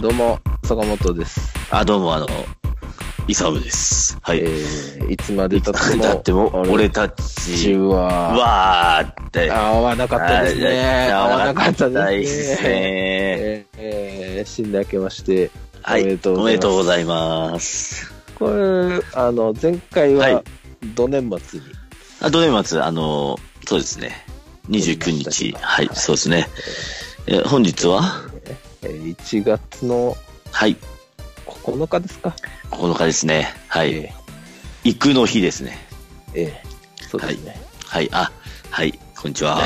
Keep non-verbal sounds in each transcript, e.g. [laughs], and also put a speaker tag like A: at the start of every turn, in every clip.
A: どうも、坂本です。
B: あ、どうも、あの、イサムです。は
A: え
B: い。
A: ー、いつまで
B: い
A: た
B: つ
A: っ
B: ま
A: て
B: で
A: も、
B: だっても、俺た
A: ち
B: ち
A: は、
B: は、って。
A: 合わなかったですね。合わなかったですね。
B: ね。
A: えーえー、死んで明けまして、
B: は
A: おめで
B: い。
A: とうございます
B: おめでとうございます。
A: これ、あの、前回
B: は、
A: はいど年末に、
B: あ、土年末、あの、そうですね。29日。はい、そうですね。え本日は
A: えー1月の
B: はい。
A: 9日ですか。
B: 9日ですね。はい。
A: え
B: 行くの日ですね。
A: ーえーそうですね。
B: はい。あ、はい。こんに
A: [laughs]
B: ちは。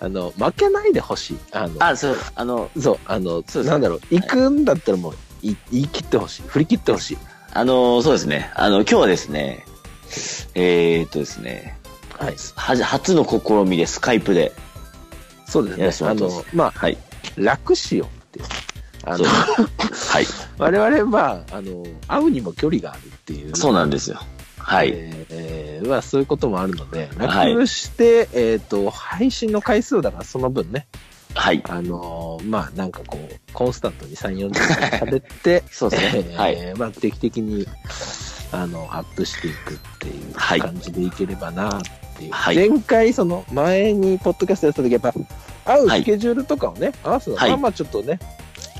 A: あの、負けないでほしい。あの、
B: あ、そう、あの、
A: そう、あの、
B: そうです
A: なんだろう、行くんだったらもう、い言い切ってほしい。振り切ってほしい。
B: あの、そうですね。あの、今日はですね、えー、っとですね、
A: はい。
B: はじ初の試みで、スカイプで。
A: そう
B: いや
A: です
B: そ
A: ね。
B: う
A: あ
B: です
A: の、まあ、
B: はい。
A: 楽しようっていう。あ
B: そ
A: の
B: う。はい。
A: 我々は、あの、会うにも距離があるっていう。
B: そうなんですよ。はい。
A: えーえーまあ、そういうこともあるので、
B: はい
A: 楽して、えっ、と、配信の回数だから、その分ね、
B: はい。
A: あのーまあ、なんかこう、コンスタントに3、40分喋って、
B: [laughs] そうですね
A: えー
B: はい
A: まあ、定期的に、あの、アップしていくっていう
B: はい
A: 感じでいければなっていう。
B: はい
A: 前回、その、前に、ポッドキャストやった時、やっぱ、会うスケジュールとかをね、合わすの、
B: はい
A: まあまあ、ちょっとね、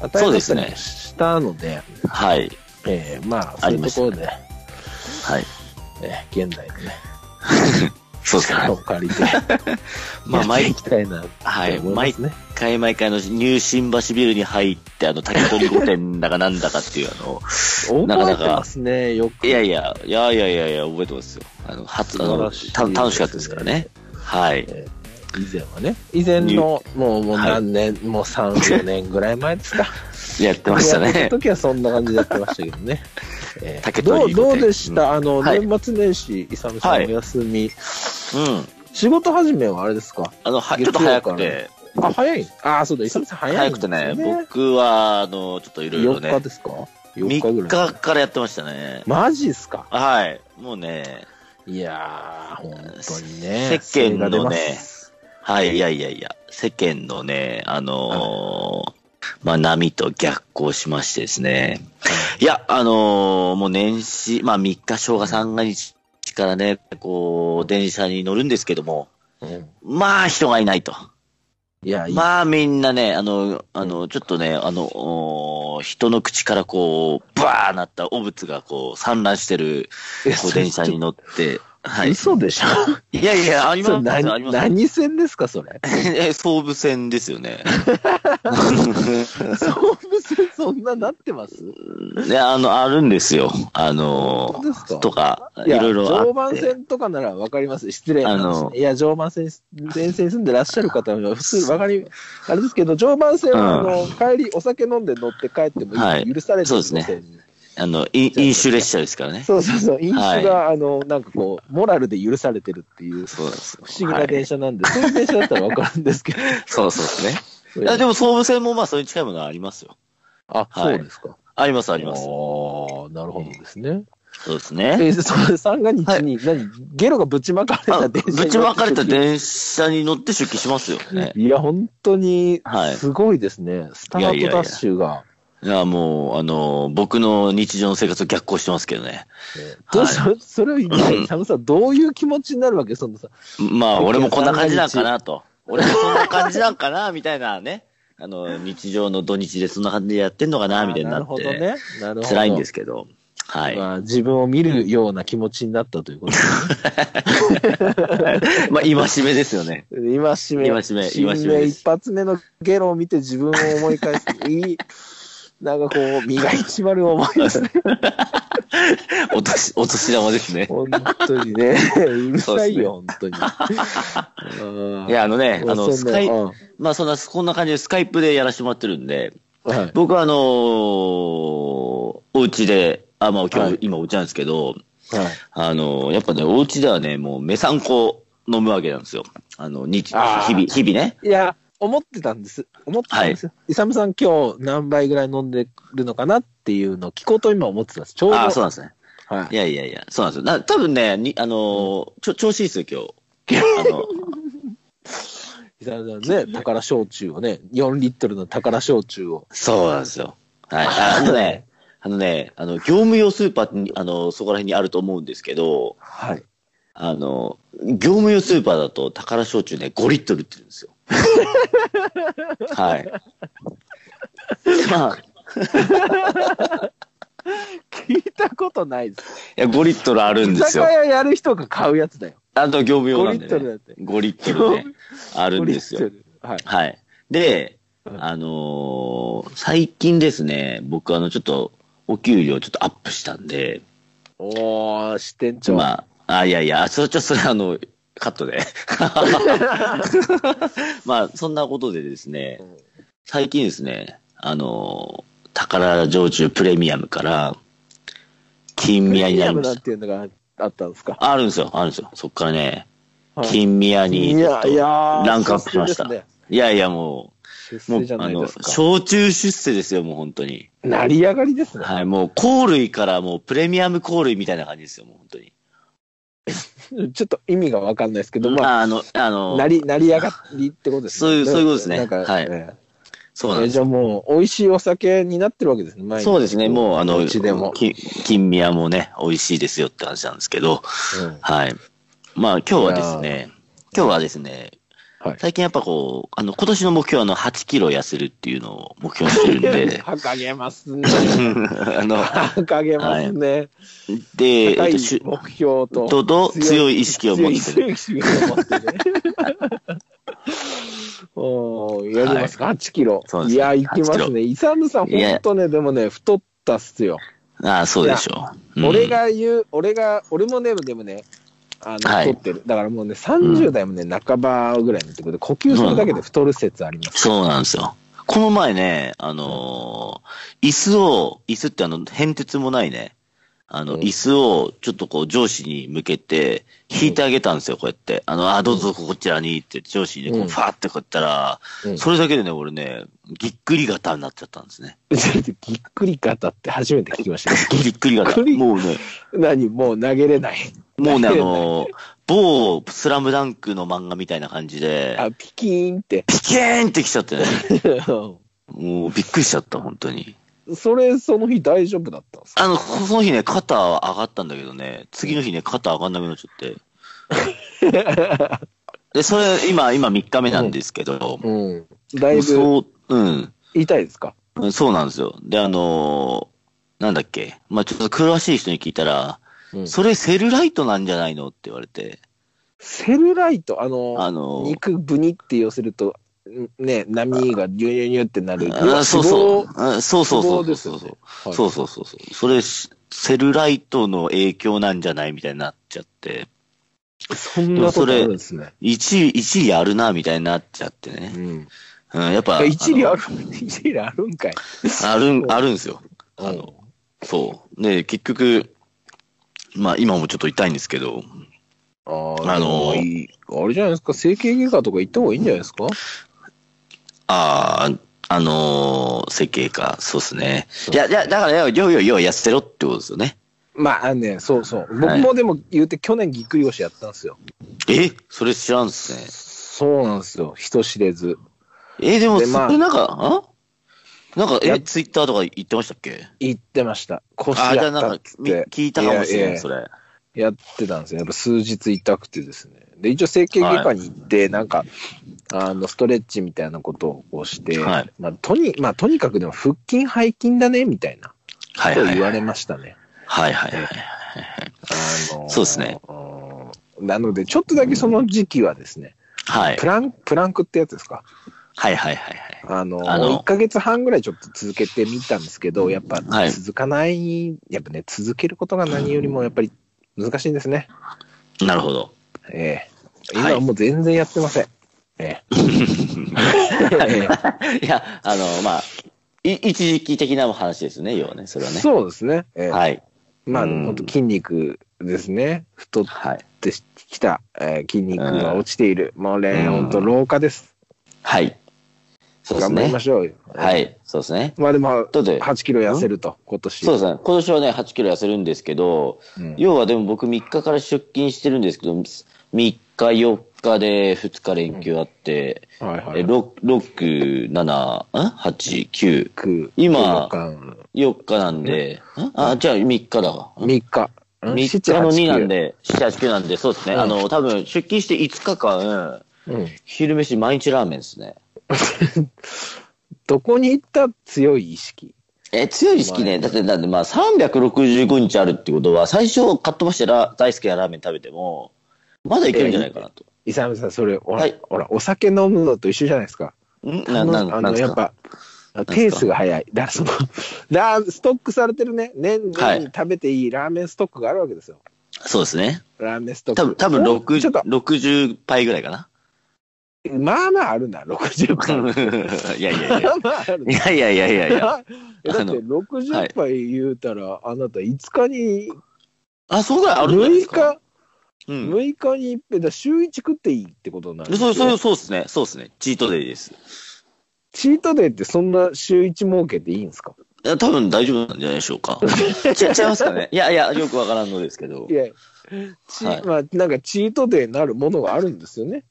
B: そ
A: 与
B: う
A: え
B: で
A: た
B: す
A: り
B: ね
A: もしたので、
B: はい。
A: えーまあ、そ
B: あ
A: うい
B: り
A: う
B: ま
A: と
B: した
A: ころで、
B: はい。
A: えー現代のね、
B: そうです
A: 力
B: か
A: を。借りて、
B: [laughs] まあ
A: やっていきたいなって
B: はい。
A: 思いま
B: 毎
A: すね。
B: 回毎回、あの、ニュー新橋ビルに入って、あの、竹取御殿だかなんだかっていう、あ
A: [laughs]
B: の、なか
A: 覚えて
B: なか
A: ますね、よく。
B: いやいや、いやいやいやいや、覚えてますよ。あの、初、あ
A: 素晴
B: の、
A: らしいです
B: た
A: ね
B: 楽しかったですからね。はい。
A: 以前はね。以前の、もう、もう
B: はい
A: 何年、もう3、4年ぐらい前です
B: [laughs]
A: か。
B: やってました
A: やって
B: ね
A: た。時はそんな感じでやってましたけど
B: [laughs]
A: ね。えー
B: 竹取
A: どう
B: 御
A: ど
B: 殿
A: うでしたあの、
B: はい
A: 年末年始、イサムさんお休み、
B: うん。
A: 仕事始めはあれですか
B: あの、はちょ
A: 月曜
B: っと早く
A: からね
B: て、
A: あ、早い。あ、そうだ、イサムさん早い
B: 早
A: んで
B: く
A: す
B: て
A: よ、
B: ね、僕は、あの、ちょっといろいろね
A: 4日、ですか ?4 日ぐら
B: 3
A: い。
B: 日からやってましたね。
A: マジっすか
B: はい。もうね、
A: いやー、本当にね。
B: 世
A: 精
B: 間のね
A: が出ます
B: はい、いやいやいや、世間のね、あのーまあ、波と逆行しましてですね。いや、あのーもう年始、まあ、3日、正月三が日からね、こう、電車に乗るんですけども、
A: うん
B: まあ、人がいないと。
A: いや、いい
B: まあ、みんなね、あの、あの、ちょっとね、あの、おー人の口からこう、バーなった汚物がこう、散乱してる、
A: え
B: こう、
A: それ
B: 電車に乗って、はい。
A: 嘘でしょ
B: いやいや、あります
A: それ
B: よ、あり
A: 何
B: ますよ
A: 何線ですか、それ。
B: [laughs] え、総武線ですよね。
A: [laughs] 総武線そんななってます
B: ね、あの、あるんですよ。あの
A: 本当ですか、
B: とか、い
A: いや
B: ろいろあ
A: 常磐
B: って。
A: 線とかならわかります。失礼な
B: あ
A: 話
B: の
A: いや、常磐線、前線に住んでらっしゃる方は、普通、わか
B: [laughs]
A: り、あれですけど、常磐線は、あ
B: うん
A: の、帰り、お酒飲んで乗って帰ってもいい、
B: はい
A: 許されてる
B: そうですね
A: 路線に
B: あの、い飲酒列車ですからね。
A: そうそうそう、飲酒が、あの、なんかこう、モラルで許されてるっていう、不
B: そうなんですよ
A: 思議な電
B: 車。
A: 車なんで、そういう電車だったらわかるんですけ
B: [laughs]
A: ど。
B: そうそうですね。いや、でも総武線もまあ、それに近いものはありますよ。
A: あ、
B: はい
A: そうですか。
B: あります、あ
A: あ
B: ります。
A: ーなるほどですね。
B: そうです
A: え
B: ね。
A: それ三が日に、何、ゲロがぶちまかれ
B: あ
A: た
B: の
A: 電車に乗って
B: ぶちまかれた電車に乗って出勤しますよね。
A: いや、本当に
B: はい、
A: すごいですね。スタートダッシュが。
B: いや、もう、あの、僕の日常の生活と逆行してますけどね。
A: えーどうそ [laughs] それを
B: [laughs]
A: 言って、サムさん、どういう気持ちになるわけそのさ、
B: まあ、俺もこんな感じなんかなと。 [laughs] 俺もそんな感じなんかな、みたいな [laughs] ね。あの、日常の土日でそんな感じでやってんのかな、みたいにな
A: る
B: っ
A: ほど
B: て。
A: ね。なるほど。
B: 辛いんですけど。はい。
A: まあ、自分を見るような気持ちになったということ
B: [laughs] まあ、今しめですよね。
A: で今しめ、
B: 今しめ
A: 新
B: 今しめです
A: 一発目のゲロを見て自分を思い返す。い
B: [laughs]
A: い、なんかこう、身が引き締まる思いですね。
B: お年、お年玉ですね。
A: 本当にね、うるさいよ、本当に。
B: [laughs] いや、あのね、
A: うん、
B: あの、
A: そ
B: ス
A: んな
B: カイ、
A: うん
B: まあ、そんな、こんな感じでスカイプでやらせてもらってるんで、
A: はい
B: 僕はあのーお家で、あ、まあ、今
A: は
B: 日、
A: い
B: 今お家なんですけど、
A: はい
B: あのーやっぱね、お家ではね、もう、めさんこ飲むわけなんですよ。あの、日、日
A: あー
B: 々、日々ね。
A: いや、思ってたんです。思ってたんですよ。イサムさん今日何杯ぐらい飲んでるのかなっていうのを聞こうと今思ってたんです。ちょうど。
B: ああ、そうなんですね。
A: はい
B: いやいやいや、そうなんですよ。
A: [laughs]
B: な多分ね、にあのーちょ、調子いいですよ、今日。あの
A: イサムさんね、宝焼酎をね、4リットルの宝焼酎を。
B: そうなんですよ。はい。ああとね、あのね、あの、業務用スーパーに、あの、そこら辺にあると思うんですけど、
A: はい。
B: あの、業務用スーパーだと宝焼酎ね、5リットル売ってるんで
A: [laughs]
B: すよ。はい。でまあ、
A: 聞いたことないです。
B: いや5リットルあるん
A: 居
B: です
A: 酒
B: よ。
A: 屋やる人が買うやつだよ。
B: あと業務用なんで、ね。
A: 5リットルだって
B: 5リットルね。あ
A: あ
B: るんですよ。。
A: はい。
B: はい。で、
A: うん
B: あのー最近ですね、僕あの、ちょっと、お給料ちょっとアップしたんで、
A: おー、支店長。
B: まあ、あ、いやいや、それちょっとそれあの、カットで。 [laughs] まあ、そんなことでですね、最近ですね、あのー、宝焼酎プレミアムから、金宮になりま
A: プレミアムな
B: し
A: ん
B: た。
A: ていうのがあったんですか。
B: あるんですよ、あるんですよ。そっからね、
A: はい
B: 金宮にちょっと、
A: ー
B: ランクアップしました
A: 出世です
B: いやいや、も
A: ね
B: う、も
A: 出
B: う
A: 世じ、ゃ
B: あ
A: ないで
B: の
A: す、か。
B: 焼酎出世ですよ、もう本当に。
A: 成り上がりですね。
B: はい、もう、香類からもう、プレミアム香類みたいな感じですよ、もう本当に。
A: ちょっと意味がわかんないですけど、ま
B: あ、あの、あ
A: あ、
B: の、
A: 成り、成り上がりってことですね。
B: そういうそういうことですね
A: なんか、
B: はい
A: え
B: そうなん
A: え
B: です
A: じゃあもう、美味しいお酒になってるわけですね、毎日
B: そうですね、もう、あの、
A: うちでも。
B: き金宮もね、美味しいですよって話なんですけど、
A: うん
B: はい。まあ、今日はですね、今日はですね、
A: はい
B: 最近やっぱこう、あの、今年の目標はあの、8キロ痩せるっていうのを目標にしてるん
A: [laughs]
B: で、
A: 掲げますね。
B: あの、
A: 掲げますね。
B: で、
A: 高
B: えっ
A: い
B: と
A: 目
B: しゅ
A: 標と。
B: と、と強い意識を持ってる。
A: 強い意識を持ってね。
B: [laughs]
A: おーやりますか、8キロ。
B: そうです
A: い
B: ね
A: や、行きますね。イサムさん、
B: いや
A: ほんとね、でもね、太ったっすよ。
B: ああ、そうでしょう。うん
A: 俺、が言う、俺が、俺もね、でもね、あの、
B: はい
A: 太ってる。だからもうね、30代もね、半ばぐらいのってことで、呼吸するだけで太る説あります。 [laughs]
B: そうなんですよ。この前ね、あのー椅子を、椅子ってあの、変哲もないね。あの、
A: うん
B: 椅子をちょっとこう上司に向けて引いてあげたんですよ、こうやって。あの、あ、どうぞこちらにって上司にねこ
A: う
B: うんファーってこうやったら、
A: うん
B: それだけでね、俺ね、ぎっくり型になっちゃったんですね。
A: ぎっくり肩って初めて聞き
B: [laughs]
A: ましたね。
B: ぎっくり
A: ぎっ
B: 型。
A: くり
B: もうね、
A: 何もう投げれない。
B: もうね、あのー某スラムダンクの漫画みたいな感じで、
A: あ、ピキーンって。 [laughs]
B: ピケーンってきちゃってね。もうびっくりしちゃった、本当に。
A: それ、その日大丈夫だったんですか
B: あの、その日ね、肩は上がったんだけどね、次の日ね、肩上がんなくなっちゃって。
A: [laughs]
B: で、それ、今、今3日目なんですけど、
A: うん。だいぶ
B: そう、うん、
A: 痛いですか
B: うんそうなんですよ。で、あのーなんだっけ、まあちょっと詳しい人に聞いたら、
A: うん
B: それセルライトなんじゃないのって言われて、
A: セルライト、あの、
B: あのー
A: 肉ぶにって寄せると、んね、波がニュニュニュってなる。
B: あそうそう
A: 脂肪。
B: あそうそうそう
A: 脂肪
B: そう
A: ですよ
B: そう
A: ね
B: そう。
A: はい
B: そうそうそうそう。それ、セルライトの影響なんじゃないみたいになっちゃって、
A: そんなことあるんですね。
B: 一理、一理あるな、みたいになっちゃってね。
A: うん、
B: うん、やっぱ。
A: 一理
B: あ
A: あ
B: の
A: る、一理あるんかい。
B: あるん、あるんですよ。
A: うん
B: あの、そう。で、結局、まあ今もちょっと痛いんですけど、
A: あー
B: あのー
A: でもいいあれじゃないですか、整形外科とか行った方がいいんじゃないですか
B: ああ、あのー、整形か、そうですね。いや、いや、だから、よいよいよ痩せろってことですよね。
A: まあ、あのね、そうそう。
B: は
A: 僕
B: い
A: もでも言うて、去年ぎっくり腰やったんですよ。
B: えそれ知らんっすね。
A: そうなんですよ。人知れず。
B: え、でも、
A: でまあ
B: それなんか、あなんか、
A: い
B: え、
A: や
B: ツイッターとか言ってましたっけ
A: 言ってました。腰
B: ああ、じゃ
A: や
B: あ
A: っ
B: な
A: た
B: ん
A: っ
B: か
A: つっ、
B: み
A: て。
B: 聞いたかもしれ
A: いやい
B: ん、
A: や
B: それ。
A: やってたんですよ。やっぱ数日痛くてですね。で、一応整形外科に行って、なんか、あの、ストレッチみたいなことをして、
B: はい
A: まあ、とに、まあ、とにかくでも腹筋、背筋だね、みたいな、
B: はい
A: と
B: はい
A: 言
B: は
A: わ
B: い。
A: れましたね。
B: はいはいは
A: あ
B: い。
A: のー
B: そうですね。
A: うんなので、ちょっとだけその時期はですね、
B: はい
A: プ。ラン、プランクってやつですか。
B: はいはいはいはい。
A: あのー、
B: あの
A: 1ヶ月半ぐらいちょっと続けてみたんですけど、やっぱ
B: はい
A: 続かない、やっぱね、続けることが何よりもやっぱり難しいんですね。
B: なる
A: [laughs]
B: ほど。
A: ええ
B: はい
A: 今はもう全然やってません。ええ
B: いや、あの、まあ、い一時期的な話ですね、要はね、 [laughs] それはね。
A: そうですね。ええ
B: はい。
A: まあ、
B: うん
A: 本当筋肉ですね。太っ
B: はい。
A: てきた、えー筋肉が落ちている。もうね、
B: う
A: 本
B: ん
A: 当老化です。
B: はい。そうです
A: 頑張り
B: ね
A: ま。しょうよ。
B: は
A: ええ。
B: い。そうですね。
A: まあでも、
B: だって
A: 8キロ痩せると、今年。
B: そうですね。今年はね、8キロ痩せるんですけど、
A: うん
B: 要はでも僕3日から出勤してるんですけど、3日、4日で2日連休あって、
A: はいは
B: えろ6、7、ん ?8、9。
A: 六
B: 今
A: 四間
B: 4日なんで、んあ、じゃあ3日だわ。
A: 三日。
B: 3
A: 七
B: 日の2なん。
A: 八
B: で、7、8、9なんで、そうですね。
A: うん
B: あの、多分出勤して5日間、
A: 九うん。
B: 昼飯毎日ラーメンですね。
A: どこに行った強い意識。
B: え、強い意識ね。だって、だってまあ365日あるってことは、最初かっ飛ばしてら大好きなラーメン食べても、まだいけるんじゃないかなと。
A: イサムさん、それ、ほら、
B: はい
A: ほら、お酒飲むのと一緒じゃないですか。
B: んな、な、
A: あ
B: なん
A: の、
B: です
A: やっ
B: か
A: ぱ、ペースが早い。だからその、ラーストックされてるね、年
B: はい
A: に食べていいラーメンストックがあるわけですよ。
B: そうですね。
A: ラーメンストック。
B: 多分、多分
A: お
B: 六
A: ちょっと、
B: 60杯ぐらい
A: [laughs]
B: かな。
A: まあまああるな、60回。
B: [laughs] いやいやい
A: まあまああるな。
B: や。いやいやいやいやい
A: [laughs]
B: や。
A: えだっ
B: あ
A: て
B: の
A: 60杯言うたら、あなた5日に、
B: あ、そうぐらいあるんじゃないで
A: 6
B: すか。
A: 日、
B: うん。
A: 6日に一遍、だから週1食っていいってことになるんです
B: そ
A: よ。
B: う、そう、そうですね。そうですね。チートデイです。
A: チートデイってそんな週1儲けていいんですか
B: いや多分大丈夫なんじゃないでしょうか。 [laughs] ちゃちゃいますかね。いやいや、よくわからんのですけど
A: い。や、チ
B: はい
A: まあ、なんかチートデイなるものがあるんですよね。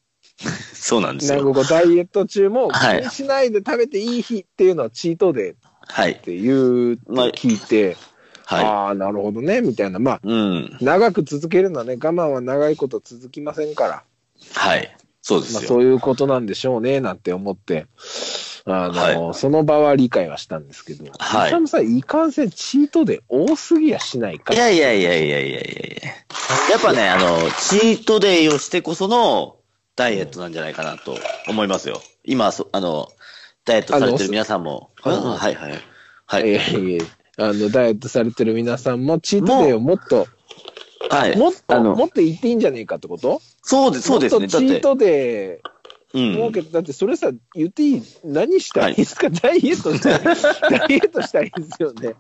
B: そうなんです
A: なんか
B: よ。
A: こうダイエット中も気
B: はい
A: にしないで食べていい日っていうのはチートデイっ
B: はい。
A: ていう
B: まあ
A: のを聞いて、
B: は
A: ああ、なるほどね、みたいな。まあ、
B: い。うん。
A: 長く続けるのはね、我慢は長いこと続きませんから、
B: はい。そうで
A: まあ、
B: すよ
A: そ。ういうことなんでしょうね、なんて思って、あの、その場は理解はしたんですけど、
B: はい
A: イサムさん、いかんせんチートデイ多すぎやしないか
B: い。やいやいやいやいやいやいや。やっぱね、あの、チートデイをしてこそのダイエットなんじゃないかなと思いますよ。今、そあの、ダイエットされてる皆さんも。
A: あ
B: うん
A: の
B: はいはい。はいい。
A: やいやあの、ダイエットされてる皆さんも、チートデイをもっと、
B: はい。
A: もっ
B: あ
A: と、
B: の
A: もっと言っていいんじゃねえかってこと
B: そうです、そうですね。
A: もっと
B: だっ
A: チー
B: て、
A: トデイ、
B: う。
A: もうんけど、だってそれさ、言っていい、何したらいいですか、ダイエットしたい、ダイエットしたいですよね。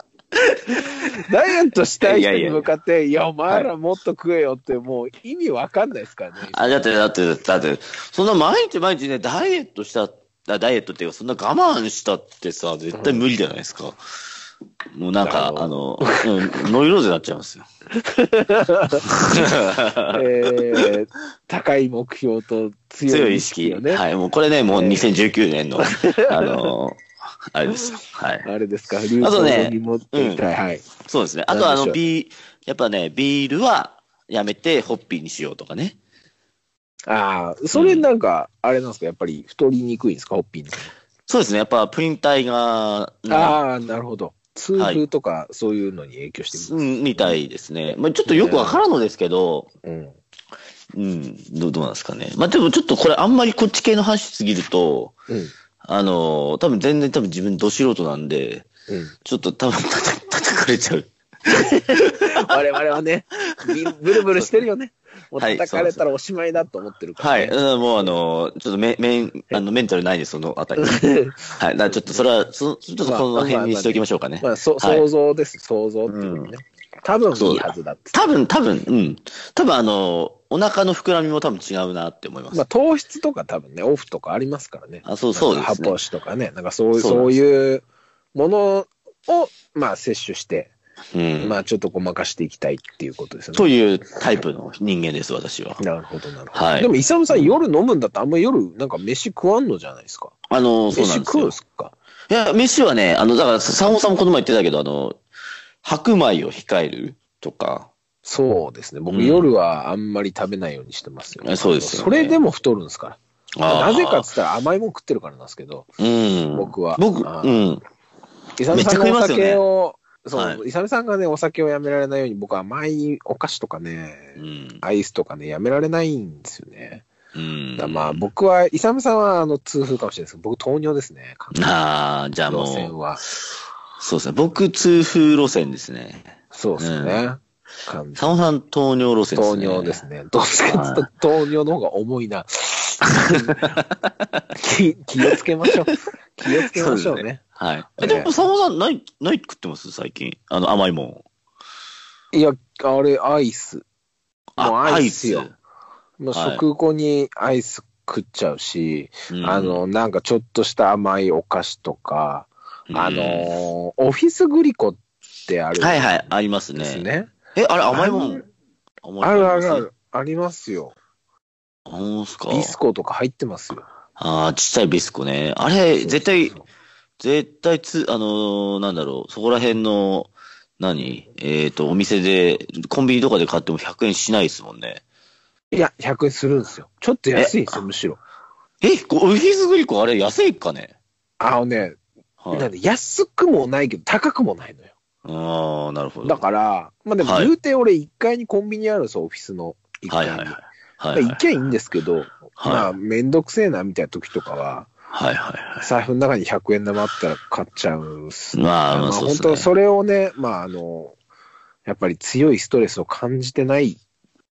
A: ダイエットしたい人に向かって、いやお前らもっと食えよって、もう意味わかんないですからね。
B: あ、だって、だって、だって、そんな毎日毎日ね、ダイエットした、あダイエットっていうか、そんな我慢したってさ、絶対無理じゃないですか。もうなんか、
A: な
B: あの、うんノイローゼになっちゃ
A: [laughs]
B: いますよ。
A: えー高い目標と強
B: 強
A: い
B: い
A: 意
B: 意
A: 識
B: 識。
A: よね。
B: はい。もうこれね、もう
A: えー
B: 2019年の、あのーあれですよ。はい。
A: あれですか、ルー
B: あとね
A: トに持っていきたい。はい。
B: そうですね。あと、
A: なんで
B: あ
A: しょ
B: の、
A: う
B: ビー、やっぱね、ビールはやめて、ホッピーにしようとかね。
A: ああ、それなんか、あれなんですか、やっぱり太りにくいんですか、ホッピーの。
B: そうですね。やっぱ、プリン体が、うん
A: ああ、なるほど。痛風とか、そういうのに影響してく
B: うん、みたいですね。まあ、ちょっとよくわからんのですけど、
A: る。うん。
B: うん、どうどうなんですかね。まあ、でもちょっとこれ、あんまりこっち系の話しすぎると、
A: うん。
B: あのー多分全然多分自分ど素人なんで、
A: うん。
B: ちょっと多分 [laughs] 叩叩かれちゃう。 [laughs]
A: 我々はね、ビブルブルしてるよね。もう
B: はい
A: 叩かれたらおしまいだと思ってるから、
B: は
A: ね
B: い。うんもうあの、ちょっとメメン、あのメンタルないです、その
A: [laughs]
B: あたり。はい。だからちょっとそれは、そちょっとこの辺にしておきましょうかね。
A: まあ、そ
B: はい
A: 想像です、想像っていうことね。多分いいはずだって。
B: 多分、多分、うん。多分あの、お腹の膨らみも多分違うなって思います。
A: まあ、糖質とか多分ね、オフとかありますからね。
B: あ、そう、そう
A: なん
B: で
A: か
B: す
A: 発
B: ね
A: 泡。酒とかね、なんかそういう、
B: そうな
A: そ
B: ん
A: う
B: です
A: いうものを、まあ、摂取して、
B: うん。
A: まあ、ちょっとごまかしていきたいっていうことですよ
B: と
A: ね。
B: いうタイプの人間です、私は。
A: なるほど、なるほど。
B: はい
A: でも、イサムさん、夜飲むんだったら、あんま夜、なんか飯食わんのじゃないですか。
B: あの、そうなん
A: 飯
B: です
A: 食うん
B: よ
A: で。すか。
B: いや、飯はね、あの、だから、サンホさんもこの前言ってたけど、あの、白米を控えるとか、
A: そうですね。僕、
B: うん
A: 夜はあんまり食べないようにしてますよ、
B: えそうですよね
A: それでも太るんですから。
B: あー
A: なぜかっつったら甘いもん食ってるからなんですけど、
B: うん。
A: 僕は
B: 僕、
A: あ
B: うん。
A: イサム
B: めっちゃ
A: さんがお
B: 食います
A: 酒を、そう、
B: はい
A: イサムさんがね、お酒をやめられないように、僕は甘いお菓子とかね、
B: うん。
A: アイスとかね、やめられないんですよね。
B: うん
A: だからまあ、僕は、イサムさんは、あの、痛風かもしれないですけど、僕、糖尿ですね。
B: ああ、じゃあも
A: 路線
B: う、
A: は。
B: そうですね。僕、痛風路線ですね。
A: そうですね。完
B: 佐野さん、糖尿路線です
A: 糖
B: ね。
A: 尿ですね。どっちかっていうと糖尿の方が重いな。 [laughs] 気気をつけましょう。
B: [laughs]
A: 気をつけましょう
B: そうです
A: ね。
B: はい。
A: え
B: え、でも、佐野さん、ない、ない食ってます最近。あの、甘いもん。
A: いや、あれ、アイス。もうアイスよ。もう
B: はい
A: 食後にアイス食っちゃうし、
B: アイスうん
A: あの、なんかちょっとした甘いお菓子とか、
B: うん
A: あの、オフィスグリコってあるん
B: はいはい、あります
A: です
B: ね。
A: ね。
B: え、あれ、甘いも
A: あ
B: ん。甘い
A: る
B: もん
A: あるある。ありますよ。
B: ほんすか
A: ビスコとか入ってますよ。
B: ああ、ちっちゃいビスコね。あれ、絶対
A: そう、そう
B: 絶対つ、あのーなんだろう、そこら辺の、何えっ、と、お店で、コンビニとかで買っても100円しないですもんね。
A: そういや、100円するんですよ。ちょっと安いですよ、むしろ。
B: え、こオフィスグリコあれ安いっかね
A: あのね、
B: はい。
A: なんで安くもないけど、高くもないのよ。
B: ああ、なるほど。
A: だから、まあでも
B: はい
A: 言うて俺1階にコンビニあるんですよ、オフィスの1
B: は
A: 階
B: い
A: に。
B: はいはい。
A: ま
B: は
A: あ
B: い、
A: 行きゃいいんですけど、まあめんどくせえなみたいな時とかは、
B: はいはいは
A: 財布の中に100円玉あったら買っちゃうんす
B: い。まあ、
A: ま
B: ま
A: あ
B: あ、そうで
A: 本
B: すね。
A: 当それをね、まああの、やっぱり強いストレスを感じてない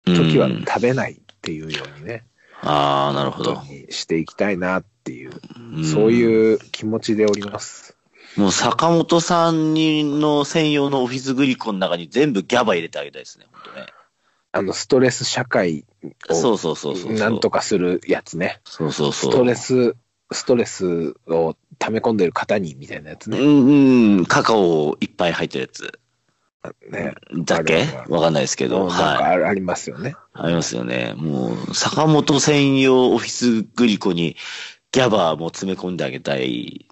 A: 時は
B: うん
A: 食べないっていうようにね、
B: ああ、なるほど
A: 本。当にしていきたいなっていう、
B: ん
A: そういう気持ちでおります。
B: もう坂本さんにの専用のオフィスグリコの中に全部ギャバ入れてあげたいですね、本当ね。
A: あの、ストレス社会
B: そ
A: を
B: うそうそうそう。
A: なんとかするやつね。
B: そうそうそう。
A: ストレス、ストレスを溜め込んでる方にみたいなやつ
B: う
A: ね。
B: ん、うん、カカオいっぱい入ってるやつ。
A: ね
B: だっけ
A: あるある
B: わかんないですけ
A: うん
B: ど。
A: なんか
B: はい。
A: あありますよね。
B: ありますよね。もう、坂本専用オフィスグリコにギャバも詰め込んであげたい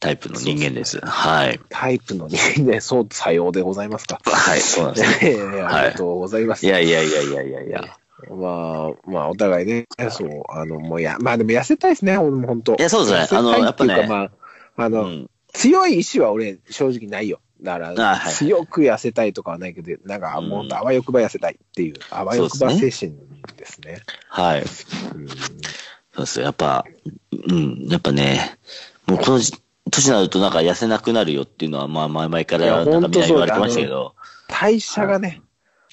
B: タイプの人間です。はい。
A: タイプの人間、 [laughs] そう、さようでございますか。
B: [laughs] はい、そうなんで
A: [laughs]
B: すよ。
A: いやいやいやありがとうございます。
B: いやいやいやいやいやいや。
A: まあ、まあ、お互いね、そう、あの、もうや、まあでも痩せたいですね、俺も本当。
B: いやそうですね
A: 痩せたい
B: あのやっぱね
A: [laughs] ていうかまあ、あ
B: う
A: の、
B: ん。
A: 強い意志は俺、正直ないよ。だから、
B: あはい
A: 強く痩せたいとかはないけど、なんか、
B: うん
A: もっとあわよくば痩せたいっていう、あわよくば精神ですね。
B: はい。
A: うん
B: そうですよ。やっぱ、うん、やっぱね、もうこのじ年になるとなんか痩せなくなるよっていうのは、まあ前々か
A: いや
B: らなんか
A: ほん
B: みん
A: と
B: な
A: そ
B: 言
A: う
B: われてましたけど、
A: 代謝がね、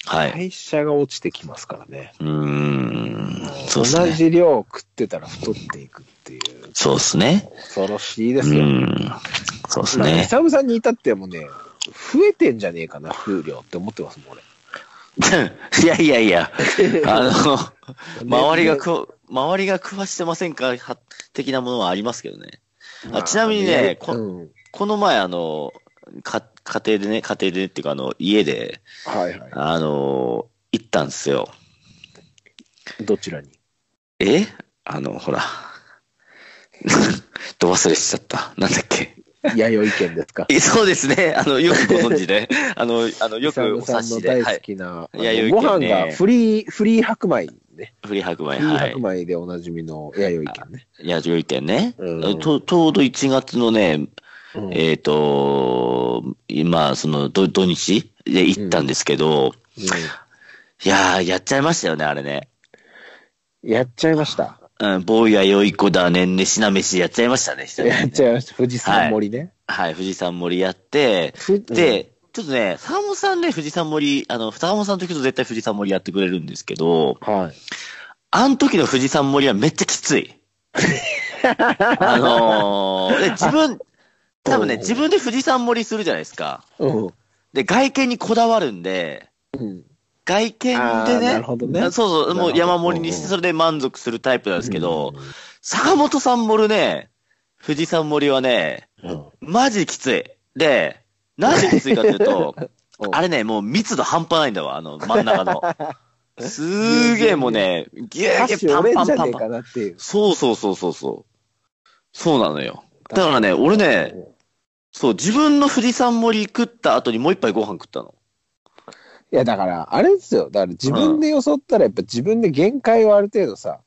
B: はい。
A: 代謝が落ちてきますからね。
B: うーん、そうです
A: 同
B: ね。
A: じ量を食ってたら太っていくっていう、
B: そうですね。
A: 恐ろしいで
B: う
A: すよ。
B: ん、そうです
A: なんか
B: ね。
A: 久々に至ってもね、増えてんじゃねえかな、風量って思ってますもん、俺。
B: [laughs] いやいやい [laughs] や、あの、
A: ね
B: 周りがくわ、周りが食わしてませんかは的なものはありますけどね。あちなみにねこ
A: うん
B: この前、あの、か、家庭でね、家庭でねっていうか、あの、家で、
A: はいは
B: あの、行ったんですよ。
A: い。どちらに
B: えあの、ほら。 [laughs] ど忘れしちゃった。なんだっけ。
A: 弥生県ですか
B: えそうですね。あの、よくご存知で。 [laughs] あの、あの、 [laughs] よくお
A: 勇さ
B: 察
A: んの
B: しで。
A: 大
B: は
A: 好
B: い。
A: きな、あの
B: 弥生
A: ご
B: 県
A: 飯
B: ね
A: がフリー、フリー白米ね。
B: フリー白米、
A: フリー
B: は
A: 白
B: い。
A: 米でおなじみの弥生県ね。
B: 八条意見ね、
A: うん
B: と。ちょうど1月のね、
A: うん
B: えっ、と、今、その、土土日で行ったんですけど、いやー、やっちゃいましたよね、あれね。
A: うんやっちゃいました。
B: うん、坊やよい子だねんね、しなめし、やっちゃいましたね、一人でね
A: やっちゃいました。富士山森ね。
B: はい、富士山森やって、
A: ふ
B: で、ちょっとね、坂本さんね、富士山森、あの、坂本さんの時と絶対富士山森やってくれるんですけど、
A: うんはい。
B: あの時の富士山森はめっちゃきつい。あのーで自分、多分ね、
A: うん
B: 自分で富士山森するじゃないですか。
A: うん。
B: で、外見にこだわるんで、
A: うん
B: 外見で
A: あー
B: ね、
A: なるほどね
B: そうそう、もう山盛りにし
A: なるほどうんう
B: て
A: ん
B: それで満足するタイプなんですけど、
A: うん
B: 坂本さん森ね、富士山森はね、
A: うん
B: マジきつい。で、なぜきついかという
A: [laughs]
B: と
A: う、ん
B: あれね、もう密度半端ないんだわ、あの、真ん
A: [laughs]
B: 中の。すーげえもうね、ギューギ
A: 箸
B: ュー
A: 折れ
B: パ
A: ん
B: ン
A: じ
B: パ
A: ゃ
B: ンパ
A: ねえ
B: ンパン
A: か。なっていう。
B: そうそうそうそうそう。そうなのよ。だからね、俺ね、そう、自分の富士山盛り食った後にもう一杯ご飯食ったの。 [laughs]
A: いやだから、あれですよ。だから自分でよそったら、やっぱ自分で限界をある程度
B: [laughs]
A: さ、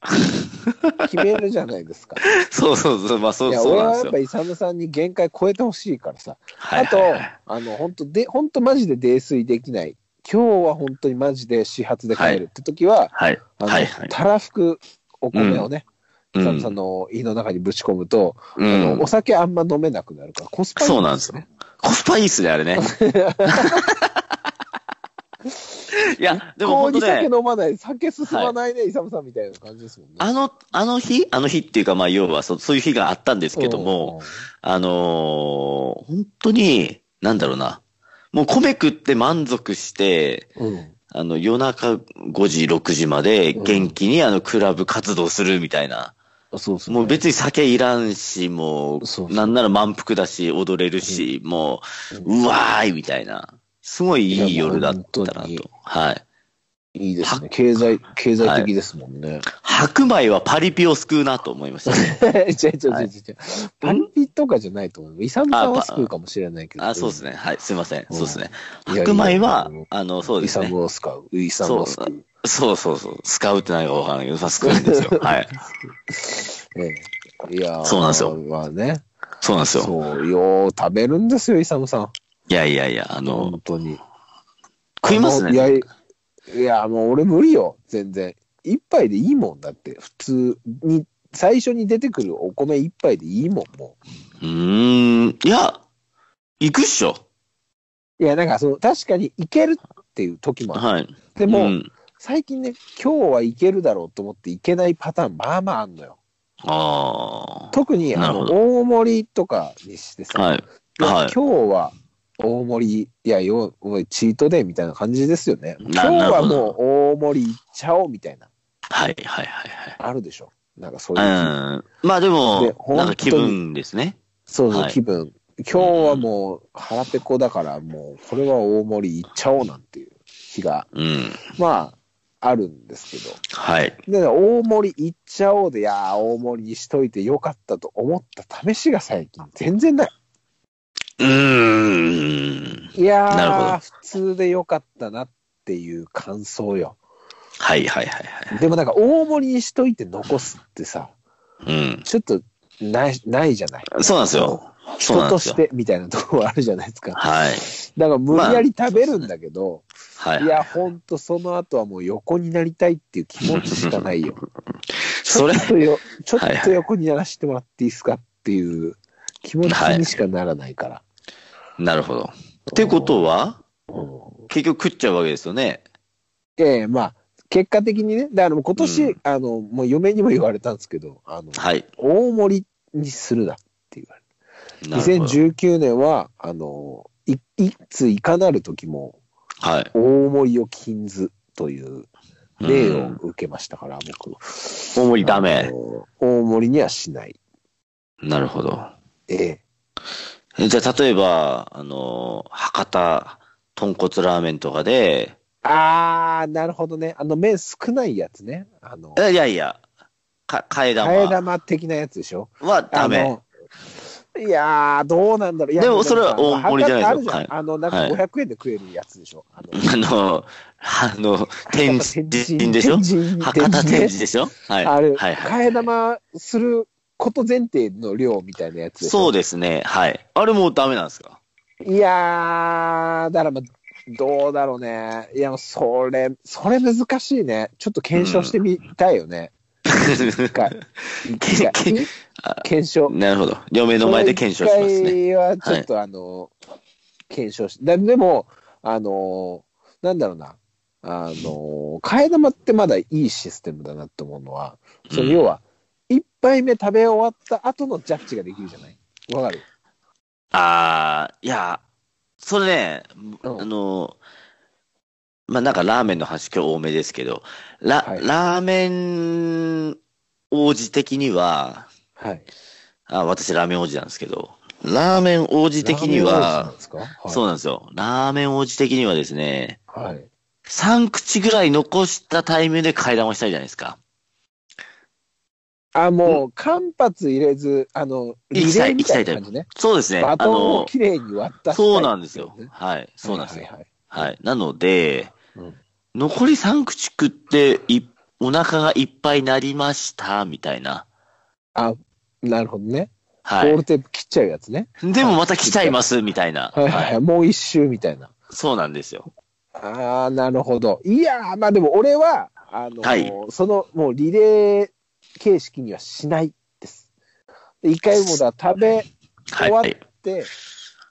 A: 決めるじゃないですか。
B: そうそうそう、まあそ、
A: いうや、
B: そう
A: 俺
B: なん
A: はや
B: です
A: っ
B: よ
A: ぱ。イサムさんに限界超えてほしいからさ。
B: は
A: あ
B: い
A: と
B: はいはい、
A: あの、本当で、本当マジで泥酔できない。今日は本当にマジで始発で帰るって時は、
B: はい。
A: あの、
B: はいはい
A: たらふくお米をね、
B: う
A: イサム
B: ん
A: さんの胃の中にぶち込むと、
B: う
A: あの
B: ん
A: お。酒あんま飲めなくなるから、コスパいい
B: そうなんですよ。コスパいいっすね、あ
A: [laughs]
B: れね。いや、でも
A: こう
B: 本
A: に
B: 当
A: 酒
B: ね、
A: 飲まない、酒進まないね、イサムさんみたいな感じですもんね。
B: あの、あの日あの日っていうか、まあ、要はそ、そういう日があったんですけども、あのー本当に、なんだろうな。もう米食って満足して、
A: うん、うん、
B: あの、夜中5時、6時まで元気にあの、クラブ活動するみたいな。
A: あそうそう、
B: もう別に酒いらんし、も
A: そうそ
B: う、
A: う
B: なんなら満腹だし、踊れるし、もう、うわーいみたいな。すごいいい夜だった
A: いや
B: な
A: 本当に
B: と。はい。
A: いいですね。経済、経済的ですもんね。
B: 白米はパリピを救うなと思いましたね。
A: [laughs] 違う違う違う違う。パンピとかじゃないと思う。イサムさんは救うかもしれないけど。
B: あ、そうですね。はい、すいません。
A: うん
B: そうですね。
A: いや
B: 白米はい
A: やいや、
B: あの、そう
A: イ
B: です
A: サ
B: ね。
A: ムを使う。イサムを救う。
B: そうそうそう。使うって何かわからないけど、まあ救うんです
A: [laughs]
B: よ。はい。
A: ええいやー
B: そうなんですよ
A: まあね。
B: そうなんですよ。
A: そう、よう食べるんですよ、イサムさん。
B: いやいやいや、あの
A: 本、当に。
B: 食います
A: あのいや、
B: ね。
A: いや、もう俺無理よ、全然。一杯でいいもんだって、普通に、最初に出てくるお米一杯でいいもん、も
B: うーん。いや、行くっしょ。
A: う。いや、なんかその、確かにいけるっていう時もある。
B: はい。
A: でも、
B: うん
A: 最近ね、今日はいけるだろうと思っていけないパターン、まあまああんのよ。
B: あ
A: 特に、あ
B: なる
A: の、
B: ほど
A: 大盛りとかにして
B: あ。
A: さ、
B: はい。
A: いや
B: はい
A: 今日は大盛り、いや、よおいチートデイみたいな感じですよね。今
B: な
A: 日
B: なる
A: は
B: ほど
A: もう大盛りいっちゃおうみたいな、
B: はいはいはい
A: あるでしょ。なんかそういう。
B: はい。うん。まあで
A: で
B: も、
A: 本当に
B: なんか気分ですね。
A: そうそう、
B: はい
A: 気分。今日はもう腹ペコだから、もうこれは大盛りいっちゃおうなんていう日が、
B: うん。
A: まあ、あるんですけど。
B: はい。
A: で、大盛りいっちゃおうで、いやー、大盛りにしといてよかったと思った試しが最近全然ない。
B: うーん。
A: いや
B: なるほ
A: ー、
B: ど
A: 普通でよかったなっていう感想よ。
B: はいはいはいはい。
A: でもなんか大盛りにしといて残すってさ、
B: うん。
A: ちょっとないないじゃない。
B: そうなんですよ。そ
A: 人
B: うなんで
A: と
B: す
A: し
B: よ。
A: てみたいなところあるじゃないですか。
B: はい。
A: だから無理やり食べるんだけど、
B: はいい。
A: や、ほんとその後はもう横になりたいっていう気持ちしかないよ。
B: [laughs] それ
A: ちょ、っとよ、ちょ
B: はい
A: っと横にならせてもらっていいですかっていう気持ちにしかならないから。
B: なるほど。ってことは、
A: うん
B: 結局食っちゃうわけですよね。
A: ええまあ、結果的にね、だからもう今年、
B: うん
A: あの、もう嫁にも言われたんですけど、あの、
B: はい。
A: 大盛りにするなって言われて
B: なるほど。
A: 2019年は、あの、いいついかなる時も、
B: はい。
A: 大盛りを禁ずという例
B: う
A: を
B: ん
A: 受けましたから、僕。
B: 大盛りダ
A: あ
B: メ。
A: の大盛りにはしない。
B: なるほど。
A: ええ。
B: えじゃあ、例えば、あの、博多豚骨ラーメンとかで、
A: あー、なるほどね。あの、麺少ないやつね。あの、
B: えいやいや、か、替
A: 替
B: え
A: え
B: 玉
A: 玉的なやつでしょ。
B: はダ
A: あ
B: メ。
A: のいやー、どうなんだろう。いや
B: でもそれは大盛りじゃないですよ
A: あるじゃん。あの、なんか
B: はい
A: 500円で食えるやつでしょ。あの
B: あの、あの、天神でしょ
A: 天神
B: 博
A: 天
B: 多
A: 神ね
B: 天神でしょはい。
A: ある、
B: はい
A: 替
B: はい。
A: え玉すること前提の量みたいなやつでし
B: そ
A: ょ
B: うですね。はい。あれもうダメなんで
A: [laughs]
B: すか
A: いやー、だからまあ、どうだろうね。いや、それ、それ難しいね。ちょっと検証してみたいよね。一回。一回
B: [laughs] けけあ
A: 検証。
B: なるほど。嫁の前で検証しますね。
A: 一回はちょっとあの、検証し、だでも、あの、なんだろうな。あの、替え玉ってまだいいシステムだなって思うのは、その
B: うん
A: 要は、一杯目食べ終わった後のジャッジができるじゃないわかる
B: ああ、いや、それね、
A: うん
B: あの、まあ、なんかラーメンの話今日多めですけど、ラ、
A: はい
B: ラーメン王子的には、
A: はい。
B: あ、私ラーメン王子なんですけど、ラーメン王子的には、
A: そ
B: そう
A: う
B: なんですよ。ラーメン王子的にはですね、
A: はい。
B: 3口ぐらい残したタイミングで替え玉したいじゃないですか。
A: あ、もう、間髪入れず、あの、リレーみたいな感じね。
B: そうですね。
A: バ
B: あ
A: トンを
B: の、
A: きれいに渡したい
B: そうなんですよ
A: はい。
B: はい。そうなんですよ。
A: はいはい
B: はい。なので、
A: うん
B: 残り3口食ってい、お腹がいっぱいになりました、みたいな。
A: なるほどね。ゴ
B: は
A: ール
B: い。
A: テープ切っちゃうやつね。
B: でもまた来ちゃいます、みたいな。
A: はいはいはい。もう一周みたいな。
B: そうなんですよ。
A: ああ、なるほど。いやー、まあでも俺は、あのー
B: はい
A: その、もうリレー形式にはしないです。で一回もだ、食べ
B: はい。
A: 終わっ
B: はい。
A: て、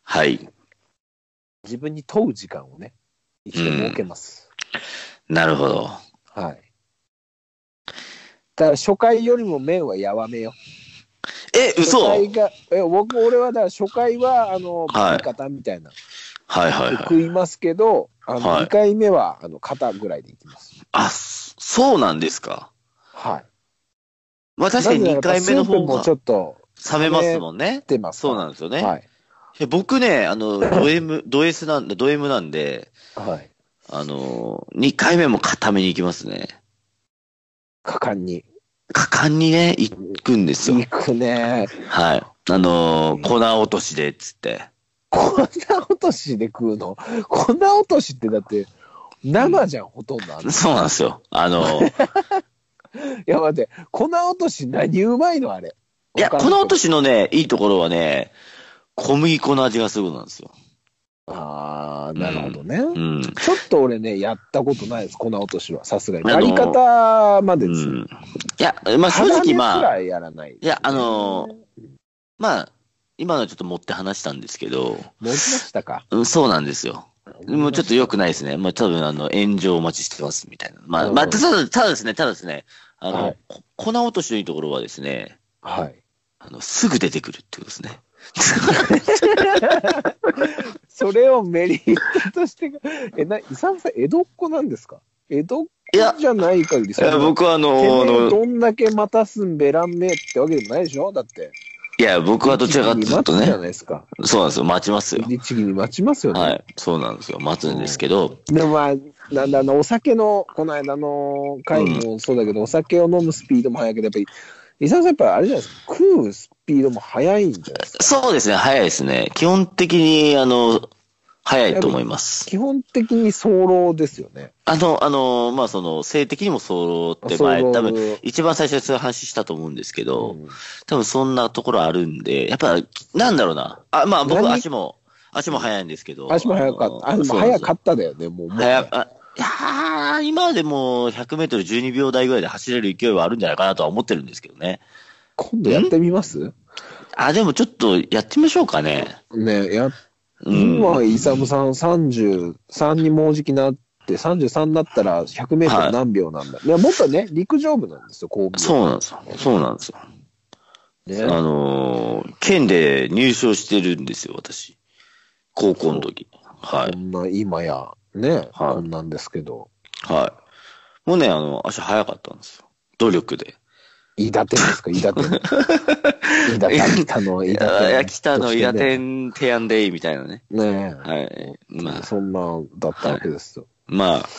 B: はい
A: 自分に問う時間をね、一度設けます。
B: なるほど。
A: はい。だから初回よりも麺はやわめよ。
B: え、嘘は
A: 初
B: い
A: 回がえ僕、俺はだから初回は、あの、
B: はい
A: 味方みたいな、
B: はいはい。
A: 食いますけど、あの
B: はい
A: 2回目は、あの、肩ぐらいでいきます。
B: あ、そそうなんですか。
A: はい。
B: まあ確かに2回目の
A: なぜならやっ
B: 方が
A: ぱ水分もちょっと
B: 冷めますもんね。
A: 出ます。
B: そうなんですよね。
A: はい。 [laughs]
B: いや僕ね、あの、ド M、ド S なんで、ド M なんで、
A: はい。
B: あのー、2回目も固めに行きますね。
A: 果敢に。
B: 果敢にね、行くんですよ
A: 行。くね。
B: はい。あのー、粉落としで、っつって。
A: こんな落としで食うのこんな落としってだって、生じゃん、ほとんどあの。い
B: そうなんですよ。あのー、
A: や、待って、粉落とし何うまいのあれ。
B: いや、
A: 他
B: 粉落と
A: し。
B: しのね、いいところはね、小麦粉の味がすることなんですよ。
A: あー、なるほどね。
B: うん。
A: ちょっと俺ね、やったことないです、粉落としは。さすがに。
B: あ
A: や
B: の
A: り方まで
B: う
A: です。
B: ん。いや、まあ正直まあ、
A: 肌目くらいやらない、
B: いや、あのーまあ、今のはちょっと持って話したんですけ
A: 持
B: ど、
A: ちましたか。
B: うん、そうなんですよ。もうちょっと良くないですね。まあ、多分、あの、炎上お待ちしてますみたいな。まあ、
A: うん
B: まあ、ただ、ただですね、ただですね、あの、
A: はい
B: こ粉落としのいいところはですね、
A: はい。
B: あの、すぐ出てくるってことですね。
A: それをメリットとして、え、な、伊沢さん、江戸っ子なんですか江戸っ
B: いや
A: 子、じゃない限 [laughs] り、そんな
B: 僕はあ
A: てめ
B: の、あ
A: え
B: の、
A: どんだけ待たすんべらんめえってわけでもないでしょだって。
B: いや、僕はどちらかというと
A: 律儀に待つじゃ
B: ね
A: な、いですか。
B: そうなんですよ、待ちますよ。
A: 律儀に待ちますよね。
B: はい、そうなんですよ、待つんですけど、
A: でもまあ、なんだあの、お酒の、この間の会もそうだけど、お酒を飲むスピードも速いけど、やっぱり、伊沢さん、やっぱりあれじゃないですか、食うスピードも速いんじゃないですか。
B: そうですね、早いですね。基本的に、あの、早いと思います。
A: 基本的に早漏ですよね。
B: あの、あの、まあ、その、性的にも早漏って
A: 早
B: 前、
A: 漏
B: 多分、一番最初にそういう話したと思うんですけど、
A: うん
B: 多分そんなところあるんで、やっぱ、なんだろうな。あ、まあ、僕、
A: 何
B: 足も、足も早いんですけど。
A: 足も速かった。あ、でも速か
B: っ
A: っただよね、もう。もう
B: た。早かいやー、今でも100メートル12秒台ぐらいで走れる勢いはあるんじゃないかなとは思ってるんですけどね。
A: 今度やってみます
B: あ、でもちょっとやってみましょうかね。
A: ねや、
B: うん。
A: 今、イサムさん33にもうじきなって、33になったら100メート
B: は
A: ル
B: い
A: 何秒なんだ。いや、もっとね、陸上部なんですよ、神戸。
B: そうなんですよ。そうなんですよ。
A: ね。
B: あのー県で入賞してるんですよ、私。高校の時。は
A: こ
B: い。
A: んな、今や、ね、こんなんですけど。
B: はい。もうね、あの、足早かったんですよ。努力で。
A: 伊達ですか、伊達。伊達、北の伊
B: [laughs] いや、いや
A: 達。
B: 北のイラテン提案でいいみたいなね。
A: ね
B: はい。まあ、
A: そんなんだったわけですよ。
B: まあ、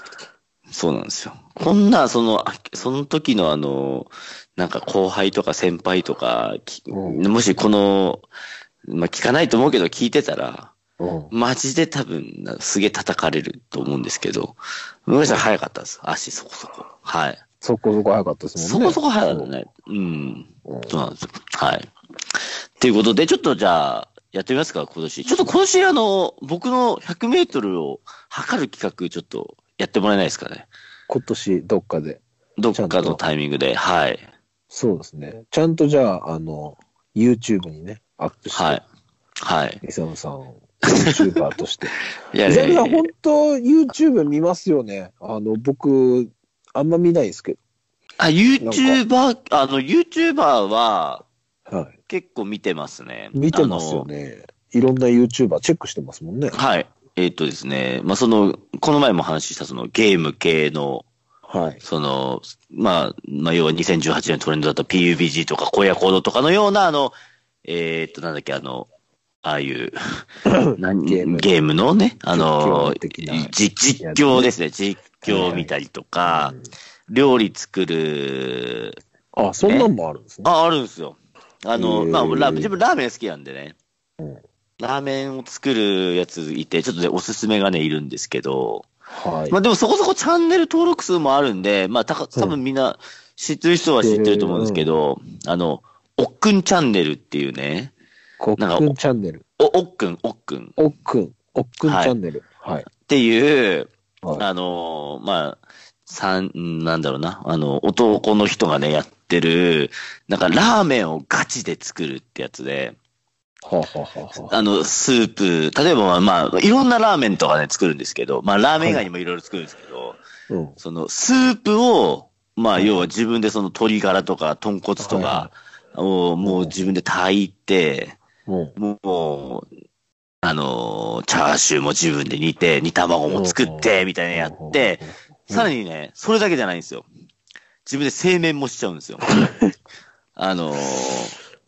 B: そうなんですよ。こんな、その、あその時のあの、なんか後輩とか先輩とか、き
A: う
B: もしこの、まあ聞かないと思うけど聞いてたら、
A: うん。
B: マジで多分、なすげえ叩かれると思うんですけど、村さん早かったです。足そこそこ。はい。
A: そこそこ早かったです
B: そ
A: もんね。
B: こそこ早かったね。うん。
A: うん。
B: そうなんですよ。はい。ということで、ちょっとじゃあ、やってみますか、今年。ちょっと今年、あの、僕の100メートルを測る企画、ちょっとやってもらえないですかね。
A: 今年、どっかで。
B: どっかのタイミングで。はい。
A: そうですね。ちゃんとじゃあ、あの、YouTube にね、アップして、
B: はい。はい。
A: イサムさんを、YouTuber として。
B: [laughs] いや
A: イ
B: い
A: サ
B: や
A: ム
B: い
A: さ
B: や
A: ん、本当 YouTube 見ますよね。あの、僕、あんま見ないですけ
B: あ、YouTuber、あの、YouTuber は
A: ど、はい。
B: 結構見てますね。
A: 見てますよね。いろんな YouTuber チェックしてますもんね
B: あ。の。はい。えっ、とですね、まあ、その、この前も話した、その、ゲーム系の、
A: はい。
B: その、まあ、まあ、要は2018年のトレンドだった PUBG とか荒野行動とかのような、あの、えーっと、なんだっけ、あの、あ
A: [laughs]
B: あいう、何
A: ゲーム
B: ゲームのね、あの
A: 実況、的な
B: じ実況ですね、実況見たりとか、料理作る、
A: あ、そんなんもあるんですね。
B: あ、あるんですよ。あの、
A: へー
B: まあ、ラ自分ラーメン好きなんでね
A: うん。
B: ラーメンを作るやついて、ちょっとね、おすすめがね、いるんですけど、
A: はい
B: まあ。でもそこそこチャンネル登録数もあるんで、まあたか多分みんな知ってる人は知ってると思うんですけど、あの、おっくんチャンネルっていうね、
A: コ
B: なん
A: ッ
B: か
A: クンチャンネル。
B: おおっくん、おっくんっ
A: おっくん。おっくんチャンネル。はい。
B: ていう、
A: はい。
B: あのー、まあ、さん、なんだろうな、あの、男の人がね、やってる、なんかラーメンをガチで作るってやつで、
A: はあはあはあはあ
B: あの、スープ、例えばまあ、いろんなラーメンとかね、作るんですけど、まあ、ラーメン以外にもいろいろ作るんですけど、
A: うん。
B: そのスープを、まあ、
A: はい
B: 要は自分でその鶏ガラとか豚骨と
A: は
B: かをもう自分で炊いて、
A: も
B: もう、あのー、チャーシューも自分で煮て、煮卵も作って、みたいな
A: う。
B: のやって、、さらにね、それだけじゃないんですよ。自分で製麺もしちゃう
A: [laughs]
B: んですよ。あのー、
A: うん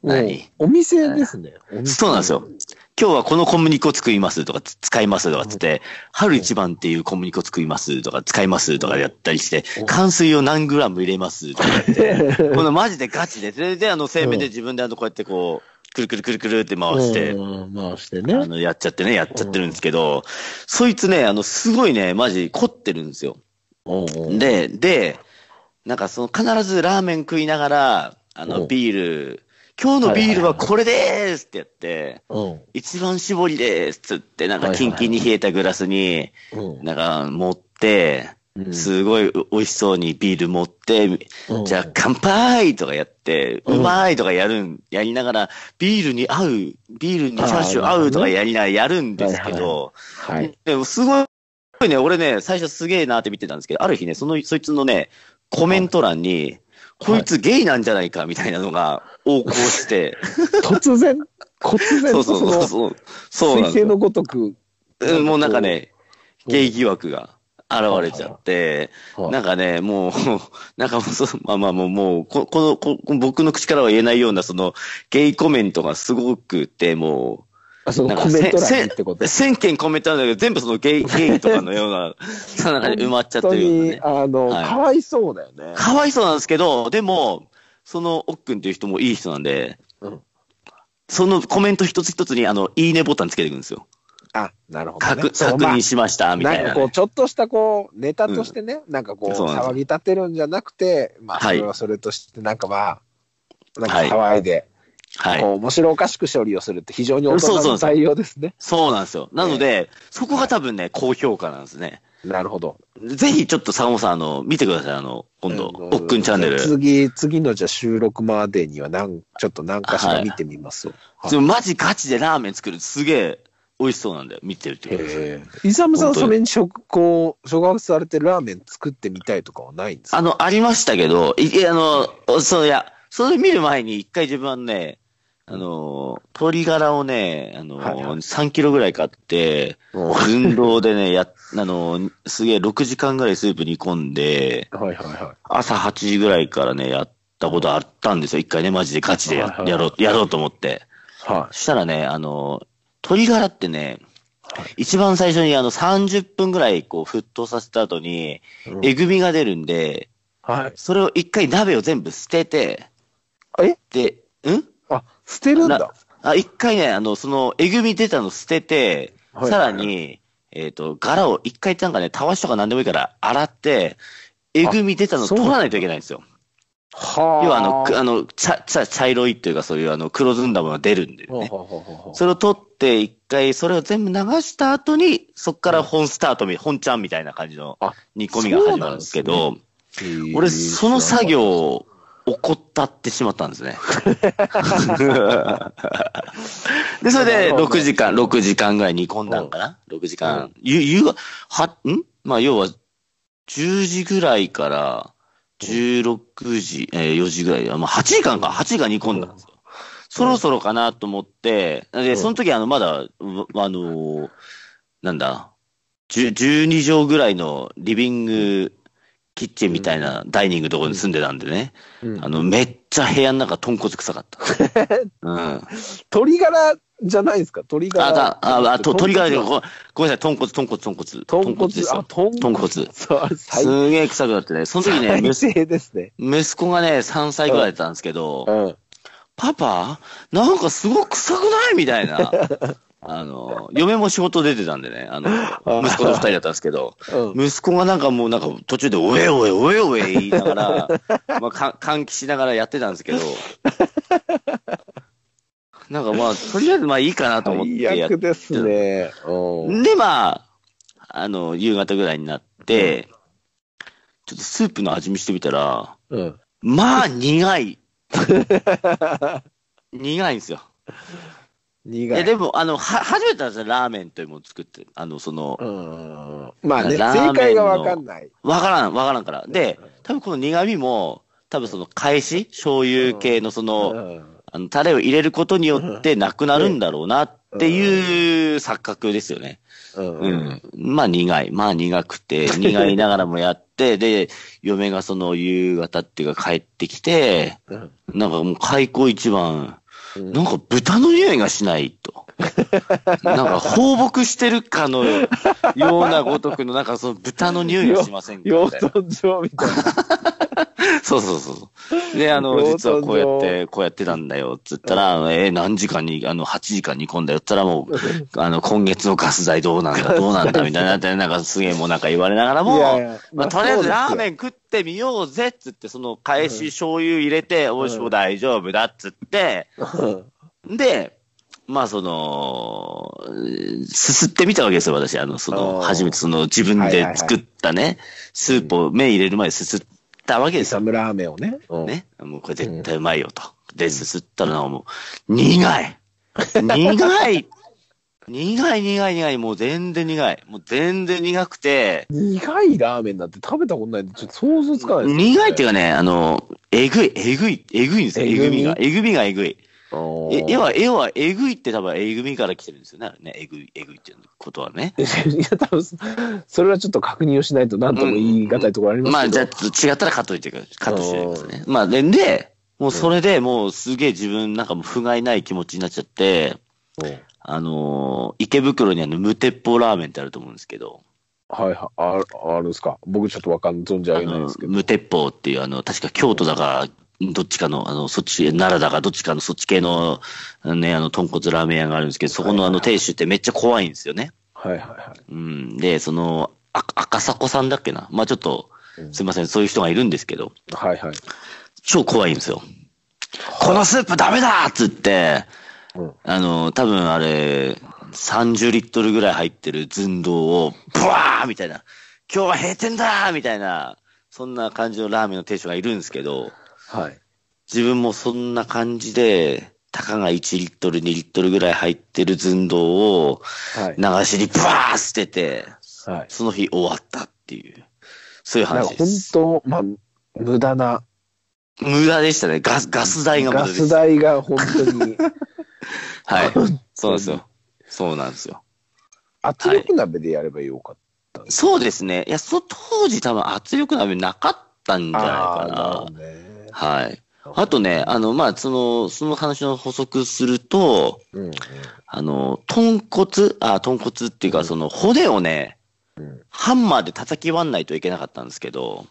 B: 何
A: お店ですね。お店
B: そうなんですよ。今日はこの小麦粉作りますとか、つ使いますとかっつって、春一番っていう小麦粉作りますとか、使いますとかやったりして
A: うん、
B: 乾水を何グラム入れますとかやって、このマジでガチで、それであの、製麺で自分であの、こうやってこう、くるくるくるくるって回して、
A: うん回して
B: あ
A: ね。
B: の、やっちゃってね、やっちゃってるんですけど、そいつね、あの、すごいね、マジ凝ってるんですよ。
A: うん
B: で、で、なんかその、必ずラーメン食いながら、あ
A: う
B: の、
A: ん
B: ビール、今日のビールはこれでーすってやって、
A: うん
B: 一番絞りでーすっつって、なん
A: は
B: か
A: いはい
B: キンキンに冷えたグラスに、
A: うん
B: なんか持って、
A: うん
B: すごい美味しそうにビール持って、
A: うん
B: じゃあ乾杯とかやって、
A: う
B: うんまーいとかやるん、やりながら、ビールに合う、ビールにチャーシュー合うとかやりながらやるんですけ
A: はいはい
B: ど、
A: はい。
B: でもすごいね、俺ね、最初すげえなって見てたんですけど、ある日ね、その、そいつのね、コメント欄に、こいつゲイなんじゃないかみたいなのが横行して、
A: 突
B: [laughs]
A: 然、突然
B: そう
A: の
B: そ
A: [laughs] そ
B: うそう
A: の、
B: そう、そうな
A: 彗
B: んです
A: 星
B: よ
A: のごとく。
B: うんもうなんかね、
A: うん
B: ゲイ疑惑が現れちゃって、なんかね、もう、 [laughs] なんかもうそう、まあまあもう、もうここのこ、僕の口からは言えないような、その、ゲイコメントがすごくて、も、
A: あそうの
B: なん
A: コ
B: か
A: メント欄に
B: せ
A: ってこと
B: せ1000件コメントあるんだけど、全部そ
A: [laughs]
B: のゲイ、ゲイとかのような、その中で埋まっちゃってるようなね。
A: 本当に、あの、
B: はい
A: かわいそうだよね。
B: かわいそうなんですけど、でも、その、おっくんっていう人もいい人なんで、
A: うん
B: そのコメント一つ一つに、あの、いいねボタンつけていくんですよ。
A: あ、なるほど、ね。
B: 確
A: そう
B: 確
A: まあ
B: 認しました、みたい
A: ん
B: な
A: かこ
B: ね。
A: う、ちょっとしたこう、ネタとしてね、なんかこう、
B: そうなんです
A: 騒ぎ立てるんじゃなくて、まあ、そ
B: はい
A: れはそれとして、なんかまあ、なんか
B: はい
A: 騒いで、
B: はい
A: こ。う、面白おかしく処理をするって非常に大人の対応ですね。
B: そうなんですよ。なので、そこが多分ね、高評価なんですね。
A: なるほど。
B: ぜひちょっと坂本さん、あの、見てください、あの、今度、
A: うん
B: おっくんチャンネル。
A: 次、次のじゃあ収録までには、なん、ちょっと何かしら見てみますわ。はい
B: そのマジガチでラーメン作る、すげえ美味しそうなんだよ、見てるってことです。
A: へえ。イサムさん、
B: 本当に
A: それに食、こう、諸学されてラーメン作ってみたいとかはないんですか
B: あの、ありましたけど、いいや、あの、そういや、それ見る前に一回自分はね、あの、鶏ガラをね、あの、
A: はいはい
B: 3キロぐらい買って、
A: うんは
B: 運動でね、や、あの、すげえ6時間ぐらいスープ煮込んで、
A: いはいは
B: 朝8時ぐらいからね、やったことあったんですよ。一回ね、マジでガチで
A: はい
B: や
A: はい
B: やろう、やろうと思って。
A: い。は
B: そしたらね、あの、鶏ガラってね
A: は、
B: 一番最初にあの30分ぐらいこう沸騰させた後に、
A: い。
B: えぐみが出るんで、
A: はい。
B: それを一回鍋を全部捨てて、
A: え
B: で、ん
A: あ、捨てるん
B: な
A: だ。
B: あ、一回ね、あの、その、えぐみ出たの捨てて、
A: はい
B: さらに、えっ、と、柄を一回なんかね、たわしとか何でもいいから洗って、えぐみ出たの
A: あそう
B: 取
A: なんだ
B: らないといけないんですよ。
A: は
B: 要はあの、くあの、茶、茶、茶色いっていうかそういうあの、黒ずんだものが出るんで
A: ほう
B: ね。
A: ほうほうほうほう
B: それを取って、一回、それを全部流した後に、そっから本スタートみ、本ちゃんみたいな感じの
A: あ
B: 煮込みが始まるんですけ
A: そうな
B: ど、
A: へえ
B: 俺、その作業を怠ってしまったんですね。で、それで、6時間、6時間ぐらい煮込んだんかな ?6 時
A: う
B: 間。ゆ、ゆが、は、んまあ、要は、10時ぐらいから、16時、えー、4時ぐらい、まあ、8時間か、8時間煮込んだんですよ。そろそろかなと思って、で、その時、あの、まだ、うあのーなんだ、10 12畳ぐらいのリビング、キッチンみたいなダイニングところに住んでたんでね、
A: うん
B: あの、めっちゃ部屋の中、豚骨臭かった。
A: [laughs]
B: うん。あ、
A: 鶏ガラじゃないですか鶏ガラ
B: だ、あ、あと、
A: 豚
B: 鳥
A: 骨
B: がごごごめんなさい、豚骨、豚骨、豚骨。
A: 豚骨
B: です
A: あ
B: よ。
A: 豚骨
B: 豚骨。
A: そうあれ最
B: すげえ臭くなってね、その時ね、
A: 最
B: 息
A: 低ですね
B: 息子がね、3歳ぐらいだったんですけど、
A: うん
B: パパ、なんかすごく臭くないみたいな。あの、嫁も仕事出てたんでね、
A: [laughs]
B: あの、息子と二人だったんですけど、
A: うん
B: 息子がなんかもうなんか途中でおえおえおえおえ言いながら、 [laughs] まあか、換気しながらやってたんですけど、 [laughs] なんかまあ、とりあえずまあいいかなと思って
A: 最
B: やっ
A: 悪ですねうん
B: で、まあ、あの、夕方ぐらいになって、ちょっとスープの味見してみたら、
A: うん
B: まあ苦
A: [laughs]
B: い。苦いんですよ。
A: 苦
B: え
A: い
B: でも、あの、は、初めてなんですよ、ラーメンというものを作って、あの、その
A: う、んまあね
B: ラー
A: 正
B: メンの
A: 解がわかんない
B: わからん、わからんから。で、多分この苦味も、多分その、返し醤油系のそうの、
A: ん
B: あの、タレを入れることによってなくなるんだろうなっていう錯覚ですよね。
A: うん
B: うん。まあ苦い。まあ苦くて、苦いながらもや [laughs] って、で、嫁がその夕方っていうか帰ってきて、
A: うん
B: なんかもう開口一
A: う
B: 番、
A: ん
B: なんか豚の匂いがしないと。なんか放牧してるかのようなごとくの、なんかその豚の匂いがしませんか
A: 養
B: みたいな
A: 豚場みたいな。
B: [laughs] そうそうそう。で、あの、
A: 養豚場
B: 実はこうやって、こうやってたんだよ、っつったら、えー何時間に、あの、8時間煮込んだよ、っつったらもう、あの、今月のガス代ど
A: [laughs]
B: うなんだ、どうなんだ、みたいになって、なんかすげえもうなんか言われながらも、
A: いやいや
B: まあ、とりあえずラーメ
A: ン。
B: ン食ってみようぜっつって、その返し醤油入れて、美味しく大丈夫だっつって、
A: うん
B: で、まあその、すすってみたわけですよ、私。あの、その、
A: あー
B: 初めてその自分
A: はいはいは
B: で
A: い
B: 作ったね、スープを麺入れる前にすすったわけです
A: サ
B: よ。
A: ムラーメンをね。うん。 [laughs]
B: ね。もうこれ絶対うまいよと。で、すすったらなんかもう、苦い苦い苦い苦い苦い、もう全然苦い。もう全然苦くて、
A: 苦いラーメンなんて食べたことないんで、ちょっと想像つかないです、
B: 苦いっていうかね、あの、えぐい、えぐい、えぐいんですよ。
A: え
B: え
A: ぐ
B: ぐ
A: み
B: みが。えぐみがえぐい。
A: お
B: え
A: ー、
B: 絵は、絵は、えぐいって多分、えぐみから来てるんですよね。あれねえぐい、えぐいっていうことはね。
A: いや、多分そそれはちょっと確認をしないと、なんとも言い難いところありますけど。
B: まあ、じゃあ、ちょっと違ったらカットいてください。カットしてくださいね。まあ、で、で、もうそれでもうすげえ自分なんかもう不甲斐ない気持ちになっちゃって、
A: うん
B: あのー池袋にあの、無鉄砲ラーメンってあると思うんですけど、
A: はいはい、ああるんですか。僕ちょっとわかん、存じ上げないですけ
B: あの
A: ど。
B: 無鉄砲っていう、あの、確か京都だか、どっちかの、あの、そっち、奈良だか、どっちかのそっち系の、あのね、あの、豚骨ラーメン屋があるんですけど、そこのあの、亭主ってめっちゃ怖いんですよね。
A: はいはいは
B: うん。で、その、あ赤迫さんだっけな。まあちょっと
A: う、ん
B: すいません、そういう人がいるんですけど、
A: い。はいはい。
B: 超怖いんですよ。このスープダメだっつって、
A: うん
B: あの、多分あれ、30リットルぐらい入ってる寸胴を、ブワーみたいな、今日は閉店だーみたいな、そんな感じのラーメンの店主がいるんですけど、
A: はい。
B: 自分もそんな感じで、たかが1リットル、2リットルぐらい入ってる寸胴を
A: はい
B: 流。しにブワー捨てて、
A: はい。
B: その日終わったっていう、そういう
A: なんか
B: 話で
A: 本
B: す。
A: 当、まあ、無駄な。
B: 無駄でしたね。ガス、ガス代が無駄
A: ガ
B: で
A: ス
B: した。
A: 代が本当
B: [laughs]
A: に。
B: はい。そうなんですよ。そうなんですよ。
A: 圧力鍋でやればよかっ
B: そうですね。いや、そ、当時多分圧力鍋なかったんじ
A: た。
B: ゃない
A: あ
B: か
A: あー、なるほどね
B: な。はい。あとね、あの、まあ、その、その話の補足すると、
A: うんうん。
B: あの、豚骨、あ、豚骨っていうか、その骨をね、
A: うん
B: ハンマーで叩き割んないといけなかったんですけど、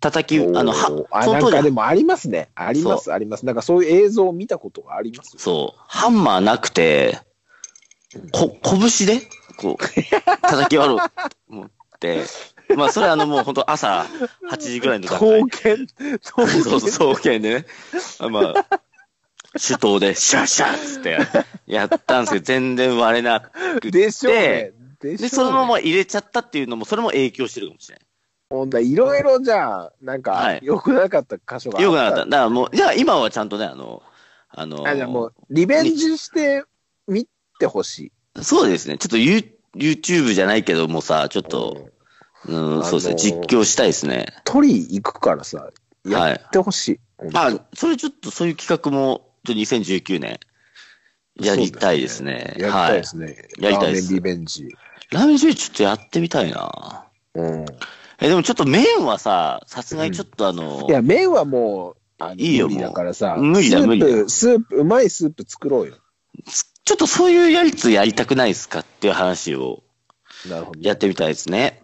B: 叩き、あの、は
A: おー、あ
B: そ
A: なん
B: の
A: か
B: 当
A: で
B: 時、
A: もありますね。あります、あります。なんかそういう映像を見たことがあります。
B: そう、ハンマーなくて、こ、拳で、こう、叩き割ろうと思って、まあ、それあの、もう本当朝8時ぐらいの段
A: 刀
B: 階
A: 剣、刀剣。[laughs]
B: [laughs] そうそう、総研でね。あまあ、手刀で、シャッシャッつってやったんですけど、全然割れなくて。
A: でしょうね。でしょうね
B: で、そのまま入れちゃったっていうのも、それも影響してるかもしれない。
A: ほんだいろいろじゃあ、なん
B: は
A: か
B: い、
A: 良くなかった箇所があ
B: よ
A: っ
B: くなかったた。だからもう、じゃあ今はちゃんとね、あの、あの、
A: あ、じゃあもう、リベンジして見てほし
B: そうですね。ちょっと You- YouTube じゃないけどもさ、ちょっ
A: い。
B: と、
A: うん
B: うん、そうですね。
A: あの
B: 実況したいですね。
A: 取り行くからさ、
B: は
A: や
B: い
A: ってほしい。うん
B: あ、それちょっとそういう企画も、ちょっと2019年、やりたいですね。
A: やりたいですね。
B: やりたい
A: ラー
B: です
A: メンリベンジ。
B: はい。ラーメンジュイちょっとやってみたいな。
A: うん。
B: え、でもちょっと麺はさ、さすがにちょっとあの、
A: いや、麺はもう、あの
B: いいよ
A: 無理だからさ、
B: もう無理だ
A: スープ
B: 無理だよ
A: スープ、うまいスープ作ろうよ。
B: ちょっとそういうやりつやりたくないですかっていう話を
A: なるほど。
B: やってみたいですね。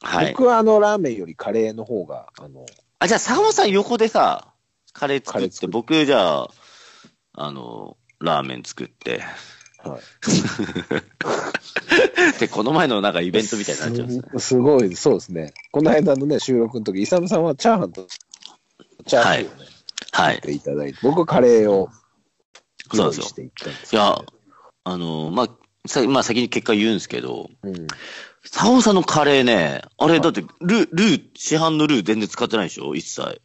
B: はい。
A: 僕はあの、ラーメンよりカレーの方が、あの、
B: あ、じゃあ坂本さん横でさ、カレー
A: カ
B: 作
A: レ
B: っ
A: ー
B: て、
A: 作る
B: 僕じゃあ、あの、ラーメン作って。
A: はい。
B: で、この前のなんかイベントみたいになっちゃうんですね。
A: す [laughs] すごい、そうですね。この間のね、収録の時、イサムさんはチャーハンと、チャーハンをね、
B: はい
A: 作っ。ていただいて、僕はカレーを
B: そ
A: 用
B: うなん
A: 意
B: ですよ
A: していったんです
B: い
A: けど
B: や、あの、まあ、さまあ、先に結果言うんですけど、
A: うん、
B: 坂本さんのカレーね、あれだってルー、ルー、市販のルー全然使ってないでしょ一切。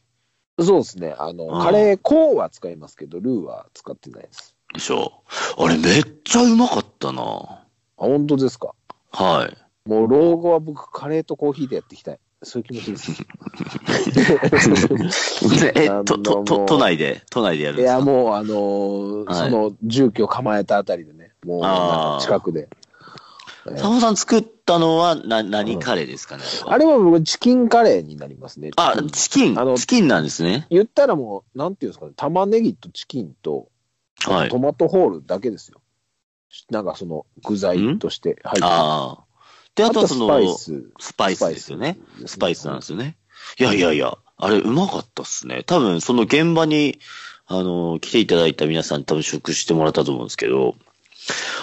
A: そうですね。あの、
B: うん
A: カレー、コーンは使いますけど、ルーは使ってないです。
B: でしょあれめっちゃうまかったな。
A: あ、本当ですか。
B: はい。
A: もう老後は僕、カレーとコーヒーでやっていきたい。そういう気持ち
B: [laughs]
A: です。
B: え、
A: あの
B: と、と、
A: も
B: と、
A: う
B: 都内で、都内でやるん
A: い
B: ですか
A: や、もう、あのー
B: はい
A: その住居を構えたあたりでね、もう、なんか近くで。
B: サモさん作ったのは、な、
A: う
B: 何
A: ん
B: カレーですかねあ
A: あれは僕、チキンカレーになりますね。
B: れはあ、チキン
A: あの、
B: チキンなんですね。
A: 言ったらもう、なんていうんですかね、玉ねぎとチキンと、
B: はい
A: ト。マトホールだけですよ。なんかその具材として入ってる
B: ああ。で、あとはそ
A: あ
B: の、
A: ス
B: スパ
A: パ
B: イ
A: イス。
B: スですよね。
A: ス
B: スパイスなんですよね。いやいやいや、あれうまかったっすね。多分その現場に、あの、来ていただいた皆さんに多分食してもらったと思うんですけど、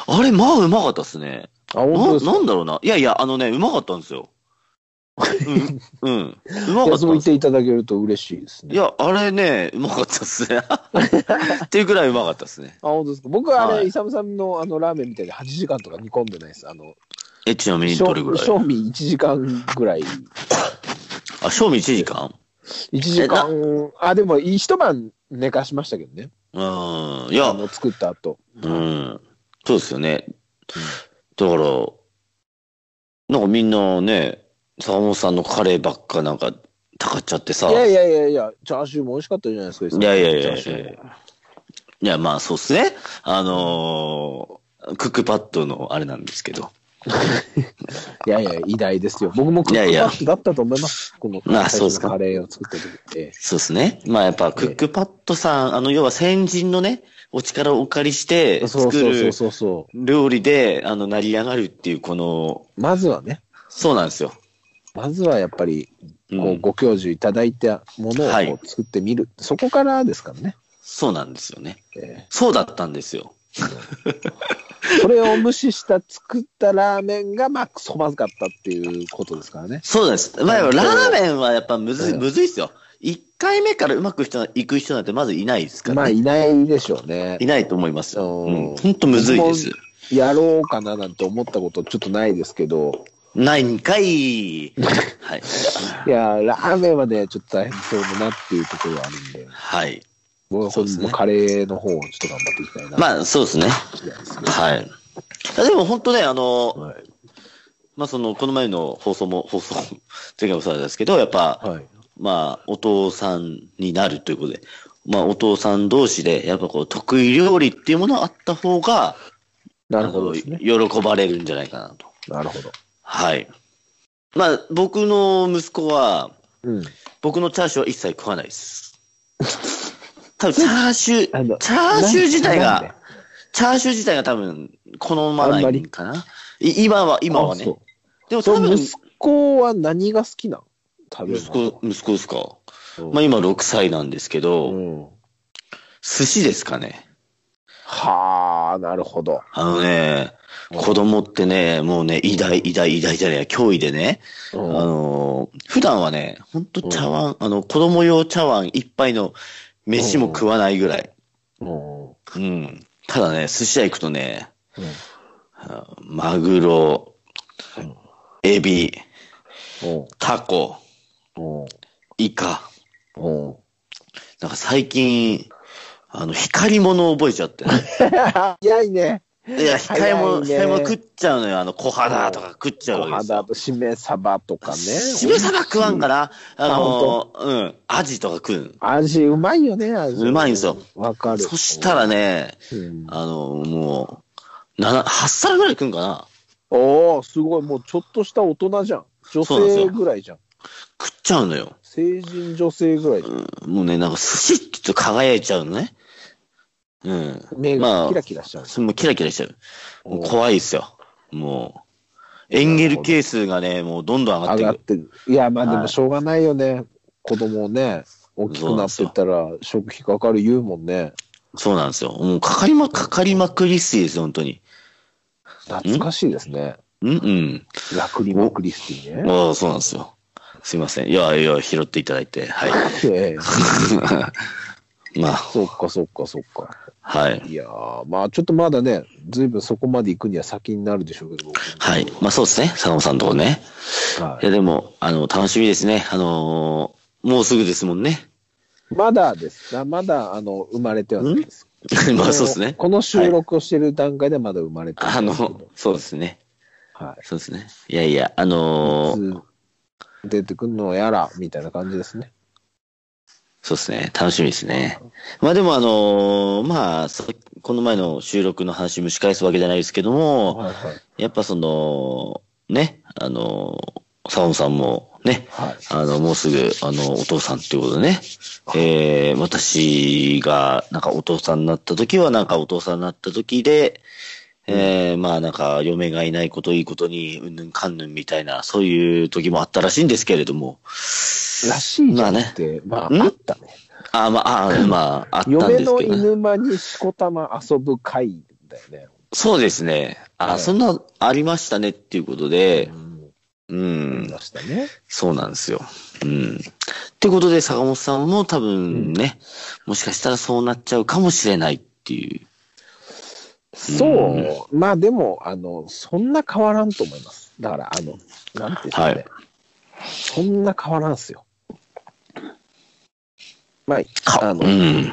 B: あれ、まあうまかったっすね。
A: あ、本当
B: な
A: ですか
B: なんだろうな。いやいや、あのね、うまかったんです
A: [laughs]
B: よ。うん。うん。うまかっ
A: いや
B: た
A: そ
B: ん
A: う
B: で
A: 言
B: す
A: っていただけると嬉しいです
B: い
A: ね。あ、
B: や、あれね、うまかったっすね。っていうくらいうまかったっすね。
A: 本当ですか。僕はあれ、
B: はい
A: イサムさんのあのラーメンみたいに8時間とか煮込んでないです。あの、
B: え、ちなみに
A: 賞
B: どれぐらい
A: 味1時間ぐらい。
B: あ、賞味1時間
A: 1時間、あ、でも一晩寝かしましたけどね。
B: うん。い
A: あ
B: や、
A: の作った後。
B: うん。そうですよね。だから、なんかみんなね、坂本さんのカレーばっかなんか、たかっちゃってさ。
A: いやいやいやいや、チャーシューも美味しかったじゃないですか。
B: いやいやいやいや
A: チャーシューも
B: いやまあそうっすね。あのークックパッドのあれなんですけど。
A: いやいや、偉大ですよ。僕もクッ
B: いやい
A: ク
B: や
A: パッドだったと思います。この
B: あそうですか
A: カレーを作った時って。
B: そうですね。まあやっぱクックパッドさん、あの、要は先人のね、お力をお借りして
A: そうそ
B: 作
A: うそう
B: る
A: そうそ
B: 料理で、あの、成り上がるっていう、この、
A: う。まずはね、
B: そうなんですよ。
A: まずはやっぱり
B: う、
A: こうんご教授いただいたものを
B: はい
A: こう作ってみる、そこからですからね、
B: そうなんですよね。
A: え
B: そうだったんですよ。
A: ーそれを無視した作ったラーメンがまあクソまずかったっていうことですからね
B: そうです。まあ、ラ
A: 本当
B: ーメンはやっぱむずい、
A: うん
B: むずいっすよ。一回目からうまく人な行く人なんてまずいないですから、ね。
A: まあいないでしょうね
B: いないと思います。
A: う
B: うんん。ほんとむずいです。
A: やろうかななんて思ったことちょっとないですけど
B: ないん
A: [laughs]
B: かい。はい。
A: いやーラーメンはねちょっと大変そうだなっていうところはあるんで
B: はい。
A: 僕は
B: そう
A: 今
B: ですね
A: 度カレーの方をちょっと頑張っていきたいな
B: まあ、そうですね。はい。あでも本当ね、あの、
A: はい
B: まあ、その、この前の放送も、放送、前回もそうなんですけど、やっぱ、
A: はい
B: まあ、お父さんになるということで、まあ、お父さん同士で、やっぱこう、得意料理っていうものがあった方が、
A: なるほどですね
B: あの喜ばれるんじゃないかなと。
A: なるほど
B: はい。まあ、僕の息子は、
A: うん
B: 僕のチャーシューは一切食わな
A: [laughs]
B: いです。多分、チャーシュ
A: あの
B: ー、チャーシュー自体
A: なんで
B: が、チャーシュー自体が多分、好まな
A: あんま
B: い
A: り
B: かな。い今は、今はね
A: あそう。
B: でも
A: そ
B: 多
A: の
B: 分、
A: 息子は何が好きなの食べ
B: 息
A: 物
B: 子、息子ですか。
A: うん
B: まあ、今6歳なんですけど、
A: うん
B: 寿司ですかね。
A: はあ、なるほど。
B: あのね、子供ってね、もうね、偉大、偉大、偉大じゃない、脅威でね、
A: う
B: あ
A: ん
B: のー、普段はね、ほんと茶碗、あの、子供用茶碗一杯の飯も食わないぐらい。
A: うん
B: うん。ただね、寿司屋行くとね、あマグロ
A: うん、
B: エビ、
A: うん
B: タコ、
A: うん
B: イカ。
A: うん
B: なんか最近、あの、光り物を覚えちゃってね。
A: [laughs] 早いね。
B: いや、光り
A: 早い
B: 物、
A: ね
B: 光り物食っちゃうのよ。あの、小肌とか食っちゃう
A: お
B: わけです
A: 肌
B: よ。
A: としめ鯖とかね。
B: しめ鯖食わんから、あのー、うん、アジとか食うん。
A: 味うまいよね、味。
B: うまいんですよ。
A: わかる。
B: そしたらね、
A: うん、
B: あの、もう、7、8皿ぐらい食うんかな
A: おおすごい。もうちょっとした大人じゃん。女
B: そうなんです
A: 性
B: よ
A: ぐらいじゃん。
B: 食っちゃうのよ。
A: 成人女性ぐらいじゃん。
B: うんもうね、なんか寿司ってちょっと輝いちゃうのね。うん。
A: 目
B: ま
A: が
B: あ
A: キラキラしちゃう。
B: それもうキラキラしちゃう。もう
A: おー
B: 怖いですよ。もう。エンゲル係数がね、もうどんどん上がっ
A: 上
B: て
A: が
B: く
A: っ
B: る。
A: てる。いや、まあで
B: は
A: も
B: い
A: しょうがないよね。子供ね、大きくなってったら食費かかる言うもんね。
B: そうなんですよ。もうかかりま、かかりまくりっすです、本当に。
A: 懐かしいですね。
B: うん
A: ラクリマクリスティ
B: う
A: ね
B: ん。。ああ、そうなんですよ。すいません。いやいや、拾っていただいて。はい。
A: [laughs] ええ
B: まあ、
A: そっかそっかそっか。
B: はい。
A: いやー、まあちょっとまだね、ずいぶんそこまで行くには先になるでしょうけど、僕
B: はい。まあそうですね。坂本さんのところね。
A: はい
B: や、でも、あの、楽しみですね。あのーもうすぐですもんね。 [laughs]
A: い、まだです。あまだ、あの、生まれてはないです。
B: まあそうですね。
A: この収録をしてる段階ではまだ生まれて
B: あ
A: ないですけど
B: の、そうですね。
A: はい。
B: そうですね。いやいや、あのー
A: いつ出てくるのやら、みたいな感じですね。
B: そうですね。楽しみですね。まあでもあのーまあ、そこの前の収録の話蒸し返すわけじゃないですけども、
A: はいはい。
B: やっぱその、ね、あのー、サオンさんもね、
A: はい。
B: あの、もうすぐ、あの、お父さんっていうことでね、えー、私が、なんかお父さんになった時は、なんかお父さんになった時で、えー、まあなんか、嫁がいないこといいことに、うんぬんかんぬんみたいな、そういう時もあったらしいんですけれども、
A: らしいじゃなくて、ま
B: まあ
A: あ、
B: ね
A: あったね。
B: あーまあ、
A: [laughs]
B: あーまあ、あったん
A: 嫁
B: です
A: の
B: けど、ね、
A: 犬間にしこたま遊ぶ会だよね。
B: そうですね。あー、
A: ええ
B: そんな、ありましたねっていうことで、う
A: うんん。、ましたね。
B: そうなんですよ。うん。ってことで、坂本さんも多分ね、もしかしたらそうなっちゃうかもしれないっていう。
A: そう。まあでも、あの、そんな変わらんと思います。だから、あの、なんていうんですかね。
B: はい
A: そんな変わらんすよ。まあ、あの、
B: うん。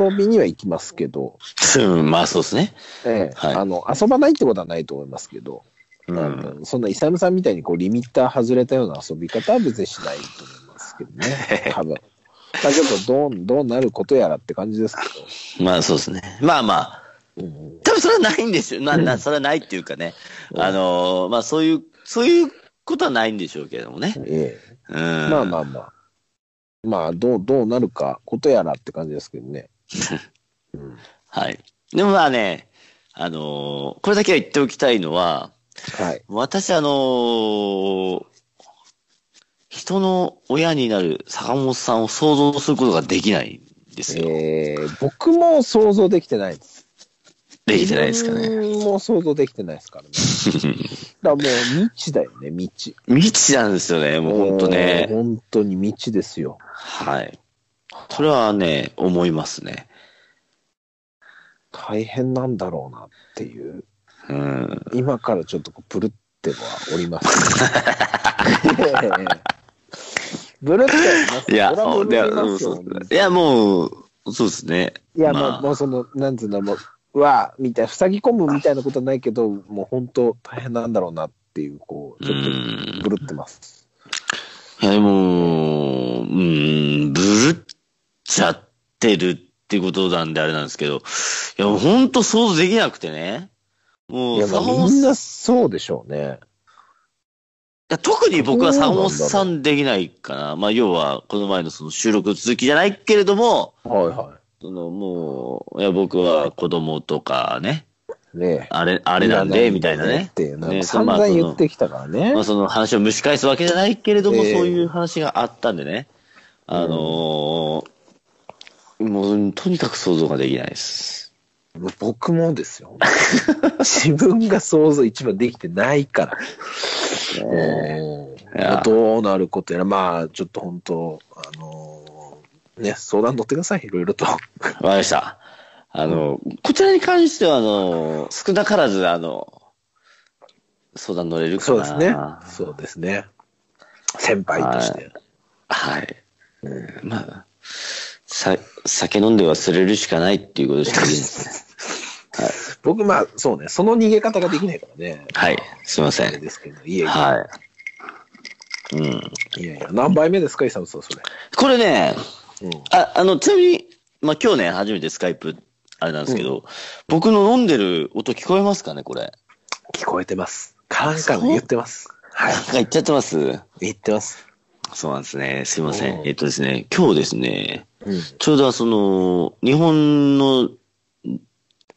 A: 遊びには行きますけど、
B: うん、 [laughs] まあそうですね。
A: ええ
B: はい
A: あの遊ばないってことはないと思いますけど、
B: う
A: あ
B: ん。
A: のそんなイサムさんみたいにこうリミッター外れたような遊び方は別にしないと思いますけど
B: [laughs]
A: ね、多分。まあちょっとどうどうなることやらって感じですけ
B: まあそうですね。まあまあ、
A: ど、うん
B: 多分それはないんですよ。な、な、それはないっていうかね。あのーまあそういう、そういうことはないんでしょうけれどもね。
A: ええ
B: うん。
A: まあまあまあ、まあどうどうなるかことやらって感じですけど
B: [laughs]
A: ね。うん
B: はい。でもまあね、あのーこれだけは言っておきたいのは、
A: はい、
B: 私、あのー人の親になる坂本さんを想像することができないんですよ。
A: ええ僕も想像できてないです。
B: できてないですかね。
A: 自分も想像できてないですからね。
B: [laughs]
A: だからもう未知だよね、未知。
B: 未知なんですよね、もう本当
A: うん
B: ね。
A: 本当に未知ですよ。
B: はい。それはね、思いますね。
A: 大変なんだろうなっていう。
B: うん。
A: 今からちょっとこうブルってはおり
B: [laughs]
A: ます。 [laughs] ブルってはいます。
B: いや、
A: そらブ
B: い
A: ル
B: や
A: りますよ
B: そういやもう、そうですね。
A: いや、
B: ま
A: ま
B: あ
A: あ、もうその、なんつうんだろう、もう、うわみたいな、塞ぎ込むみたいなことはないけど、もう本当大変なんだろうなっていう、こう、ちょっ
B: うん
A: とブルってます。
B: いや、でも、うん、ぶるっちゃってるってことなんであれなんですけど、いや、ほんと想像できなくてね。も、
A: いうや、ま
B: 坂
A: あみ
B: 本
A: ん
B: さん、い
A: なそうでしょうね。
B: や特に僕は
A: そうな
B: 坂
A: んだろ
B: 本
A: う
B: さんできないかな。まあ、要は、この前のその収録の続きじゃないけれども、
A: はいは
B: そのもう、いや、僕は子供とかね、
A: い。ねえ
B: あれ、あれなんで、みたいなね
A: っ。ていうのは、
B: ね
A: 散々言ってきたから [laughs] ね。
B: まあ、その話を蒸し返すわけじゃないけれども、
A: ええ
B: そういう話があったんでね。あのーもう、とにかく想像ができないです。
A: 僕もですよ。自分が想像一番できてないから。うん
B: いや
A: どうなることやら、まあ、ちょっと本当、あのーね、相談乗ってください、いろいろと。
B: わかりました。あの、こちらに関しては、あの、少なからず、あの、相談乗れるか
A: そうで
B: な。
A: すね。そうですね。先輩として。
B: はい。まあ、さ、酒飲んで忘れるしかないっていうことしか言えないですね。
A: [laughs] 僕、まあ、そうね、その逃げ方ができないからね。 [laughs]
B: はい。すいませ
A: あれ
B: ん。
A: ですけど、いえい
B: はい。うん。
A: え、いやいや、何杯目ですか、イサムさん、それ。
B: これね、
A: うん
B: あ、あの、ちなみに、まあ、今日ね、初めてスカイプ、あれなんですけど、僕の飲んでる音聞こえますかね、これ。
A: 聞こえてます。カランカラン言ってます。はい
B: なん。か言っちゃってます
A: 言ってます。
B: そうなんですね。すいません
A: う。ん
B: えっとですね、今日ですね、
A: うん。
B: ちょうどその、日本の、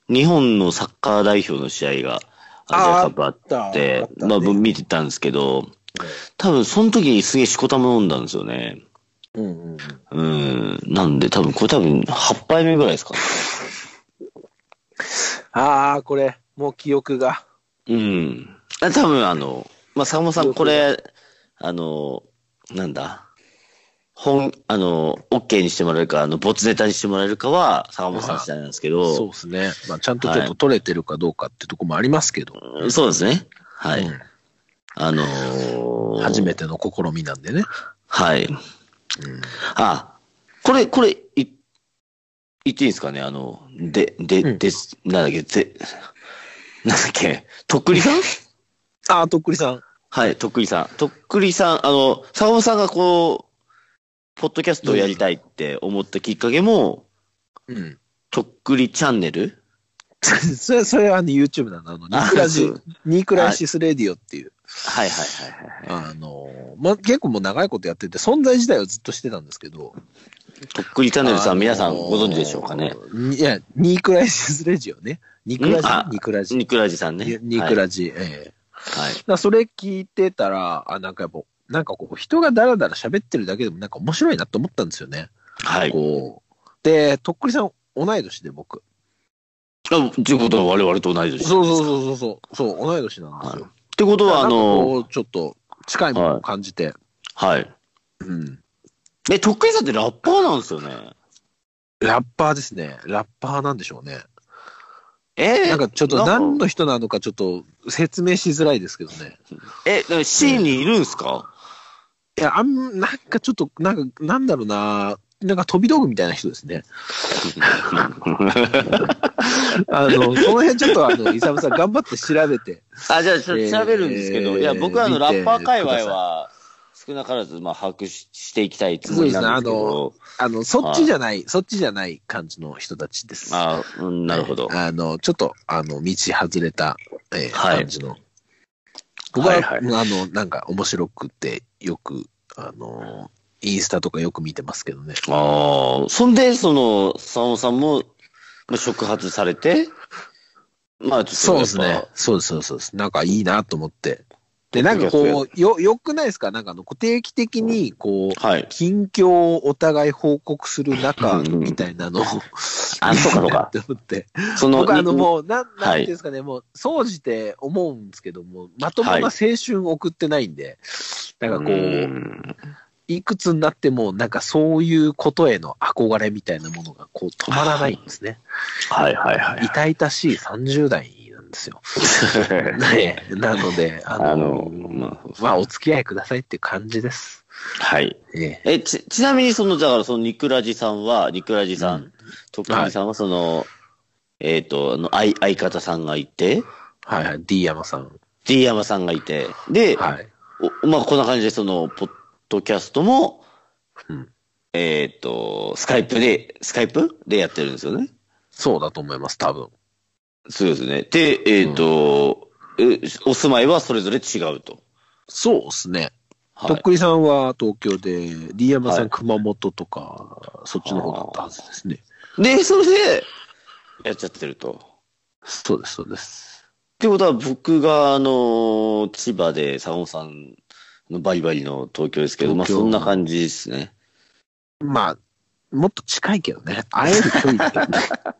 B: 日本のサッカー代表の試合が、アジアカップあって
A: あ、った
B: まあ、
A: あったね
B: 見てたんですけど、多分その時にすげえしこたま飲んだんですよね。
A: うんうんうん。
B: うん。なんで、多分、これ多分、8杯目ぐらいですかね。
A: ああ、これ、もう記憶が。
B: うん。あ多分あの、まあ、坂本さん、これ、あの、なんだ、本、あの、OK にしてもらえるか、あの、ボツネタにしてもらえるかは、坂本さん次第なんですけど、
A: そうですね。まあ、ちゃんとちょっと取れてるかどうかってとこもありますけど。
B: そうですね。はい。
A: うん
B: あのー
A: 初めての試みなんでね。
B: はい。
A: うん
B: あ、これ、これ、い、言っていいですかねあの、で、で、
A: うん
B: です、なんだっけ、ぜ、 [laughs] なんだっけ、とっくりさん
A: ああ、とっくりさん。
B: はい、とっくりさん。とっくりさん、あの、坂本さんがこう、ポッドキャストをやりたいって思ったきっかけも、
A: うん。
B: とっくりチャンネル
A: [laughs] それ、それはあの YouTube なの。あのニクラジ
B: あそう、
A: ニクラシスレディオっていう、
B: はいはいはいはい。
A: あの、まあ、結構もう長いことやってて、存在自体はずっとしてたんですけど。
B: とっくりチャンネルさん、皆さんご存知でしょうかね。
A: ね。いや、ニークライシスレジオね。ニクラジ
B: うんあ
A: ニクラジ。
B: ニクラジさんね。
A: ニクラジ。ええ
B: はい。
A: だからそれ聞いてたら、あ、なんかやっぱ、なんかこう、人がだらだら喋ってるだけでもなんか面白いなと思ったんですよね。
B: はい。はい。
A: こう。で、とっくりさん、同い年で僕。
B: あということは我々と同じです。
A: そうそうそうそうそう。そう、同い年なんですよ。
B: ってことは、あ
A: なんか
B: の、
A: こうちょっと、近いものを感じて。
B: はい。
A: うん。
B: え、とっくりさんってラッパーなんですよね。
A: ラッパーですね。ラッパーなんでしょうね。
B: え
A: なんかちょっと何
B: の
A: の人なのかちょっと説明しづらいですけどね。
B: え、なんかシーンにいるんですか
A: いや、あん、なんかちょっと、なんか、なんだろうな、なんか飛び道具みたいな人ですね。あの、その辺ちょっとあ [laughs] の、イサムさん頑張って調べて。
B: あ、じゃあ、ちょっと喋るんですけど、
A: えー
B: いや、僕はあの、
A: 見
B: ラ
A: て
B: ッパー界隈は、少なからず、まあ、把握ししていきたいつもりなんですけど、
A: あの、そっちじゃない、そっちじゃない感じの人たちです。
B: ああ、うん、なるほど。
A: あの、ちょっと、あの、道外れた、えー
B: はい
A: 感じの。僕は、
B: はいはい
A: あの、なんか面白くて、よく、あの、インスタとかよく見てますけどね。
B: ああ、そんで、その、佐野さんも、まあ、触発されて、まあ、ちょっと
A: そうです
B: や
A: ね
B: っ。
A: そうです、そうですそうです。なんかいいなと思って。で、なんかこう、よ、よくないですかなんかあの、こう定期的に、こう、
B: ぱはい。
A: 近況をお互い報告する中、
B: うんうん
A: みたいなのを、
B: あ、そ
A: [laughs]
B: うか、そうか
A: っ。て思って。
B: その、
A: 僕あの、
B: に
A: もう、なん、なん
B: は
A: て
B: い
A: いうんですかね、もう、総じて思うんですけども、まともな青春を送ってないんで、なんかこう、
B: ん
A: いくつになっても、なんかそういうことへの憧れみたいなものが、こう、止まらないんですね。
B: はいはいはい。
A: 痛々しい30代なんです
B: [laughs]
A: よ。ね、 [laughs] なので、あの、
B: あの、まあ、
A: まあ、お付き合いくださいっていう感じです。
B: はい。
A: ええ。
B: え、ち、ちなみにその、だからその、ニクラジさんは、ニクラジさ、
A: うん
B: とっくりさんはその、えっ、と、あの、相、相方さんがいて、
A: はいはい、D 山さん。
B: D 山さんがいて、で、
A: はい。
B: おまあ、こんな感じで、その、ポッドキャストも、
A: うん
B: えっ、と、スカイプで、スカイプでやってるんですよね。
A: そうだと思います、多分。
B: そうですね。で、えっ、と、えお住まいはそれぞれ違うと。
A: そうですね。
B: は
A: とっ
B: い。
A: くりさんは東京で、D 山さ
B: は
A: ん
B: い
A: 熊本とか、そっちの方だったはずですね。
B: で、それで、やっちゃってると。
A: そうです、そうです。
B: ってことは、僕が、あの、千葉で、佐野さんのバリバリの東京ですけど、まあ、
A: 東京
B: そんな感じですね。
A: まあ、もっと近いけどね。会える距離だけどね。 [laughs]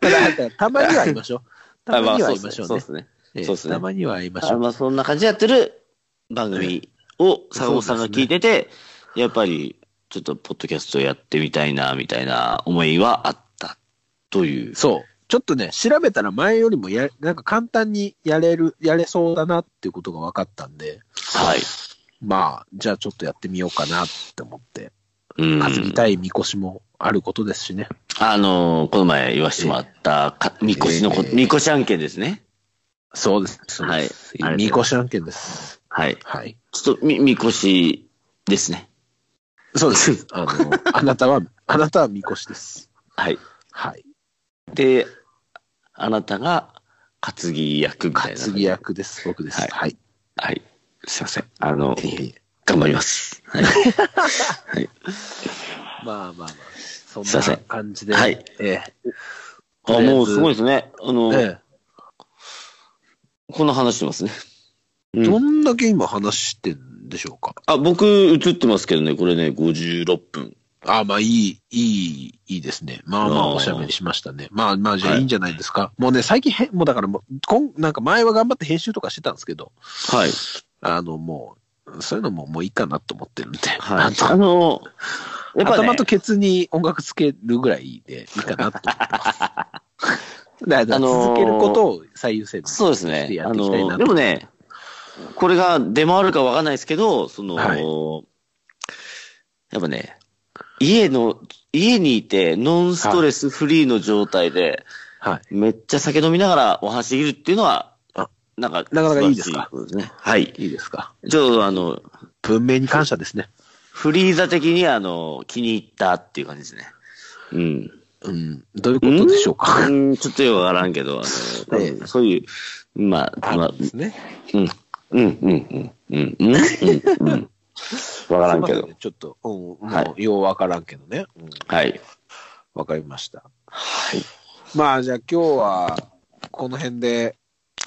A: ただなんか、たまには会いましょう。
B: [laughs]
A: たまには会いましょう
B: そう
A: ね
B: で。すね。
A: ええ
B: そうですね
A: たまには会いまし
B: あ
A: ょう。
B: まあ、そんな感じでやってる番組を坂本さんが聞いてて、やっぱり、ちょっと、ポッドキャストやってみたいな、みたいな思いはあった、という。
A: そう。ちょっとね、調べたら前よりもや、なんか簡単にやれる、やれそうだなっていうことが分かったんで、
B: はい。
A: まあ、じゃあちょっとやってみようかなって思って、
B: うん。
A: 担ぎたいみこしもあることですしね。
B: あの、この前言わせてもらった、かみこしのこ、
A: ええ
B: みこし案件ですね。
A: そうです。そう
B: はい
A: です
B: ありがとうございます
A: みこし案件です。
B: はい。
A: はい。
B: ちょっと、み、みこしですね。
A: そうです。
B: [laughs]
A: あの、あなたは、あなたはみこしです。
B: はい。
A: はい。
B: で、あなたが担ぎ役みたい
A: 担
B: な。
A: ぎ。役です。僕です。
B: は
A: はいい。
B: はい。すいません。あの、
A: いえいえ
B: 頑張ります。はい。
A: まあまあまあ、そん
B: すいません
A: な感じで。
B: はい。
A: え
B: あ、もうすごいですね。あ
A: え
B: の、
A: え
B: こんな話してますね。
A: え。
B: う
A: ど
B: ん
A: んだけ今話してんでしょうか。
B: あ、僕映ってますけどね、これね、56分。
A: ああ、まあいい、いい、いいですね。まあま
B: あ
A: あ
B: ー
A: おしゃべりしましたね。まあまあじゃ
B: は
A: あ
B: い
A: いいんじゃないですか。もうね、最近へ、もうだからもう、こんなんか前は頑張って編集とかしてたんですけど、
B: はい。
A: あのもう、そういうのももういいかなと思ってるんで、
B: は
A: あ
B: い。
A: の
B: あの、やっぱ、ね、
A: 頭とケツに音楽つけるぐらいでいいか [laughs] なと思ってます。だから
B: あ
A: 続
B: のー
A: けることを最優先に
B: そうです
A: して
B: ね。
A: や
B: あ
A: っていきたいな
B: の、
A: と
B: でもね、これが出回るかわかんないですけど、その、
A: はい
B: やっぱね、家の、家にいて、ノンストレスフリーの状態で、
A: はい。
B: めっちゃ酒飲みながらお話しできるっていうのは
A: あ、
B: なんか、
A: なかなかいいですか
B: 素晴らしいことですね。はい。
A: いいですか。
B: ちょっとあの、
A: 文明に感謝ですね。
B: フリーザ的にあの、気に入ったっていう感じですね。うん。
A: うん。どういうことでしょうか。
B: うん、ちょっとよくわからんけど、あの、
A: ええ
B: そういう、まあ、まあ、
A: ね。 [laughs]
B: うん、うん、うん、うん、うん、うん、うん。わからんけ
A: すいませ。
B: ど
A: ねちょっと、うん、
B: は
A: もう、ようわからんけどね。うん
B: はい。
A: わ、かりました。
B: はい。
A: まあ、じゃあ今日は、この辺で、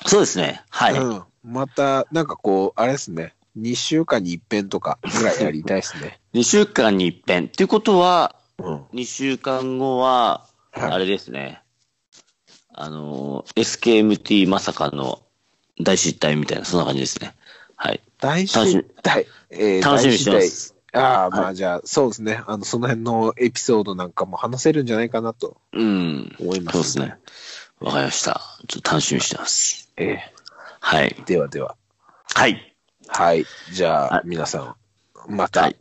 B: そうですね。はい。
A: うん、また、なんかこう、あれですね、2週間に一遍とかぐらいやりたいですね。
B: 2週間に一遍。っていうことは、
A: うん。
B: 2週間後は、あれですね。あのー、SKMT まさかの大失態みたいな、そんな感じですね。はい。
A: 大失態。えー
B: 楽しみにしてま
A: 大
B: す。
A: 失態ああ、ま
B: は
A: あじゃあ、そうですね。あの、その辺のエピソードなんかも話せるんじゃないかなと
B: うん。
A: 思います。
B: そうですね。わかりました。ちょっと楽しみにしてます。
A: え
B: はい
A: え。ではでは。
B: はい。
A: はい。じゃ
B: は
A: あ、皆さん、また、
B: はい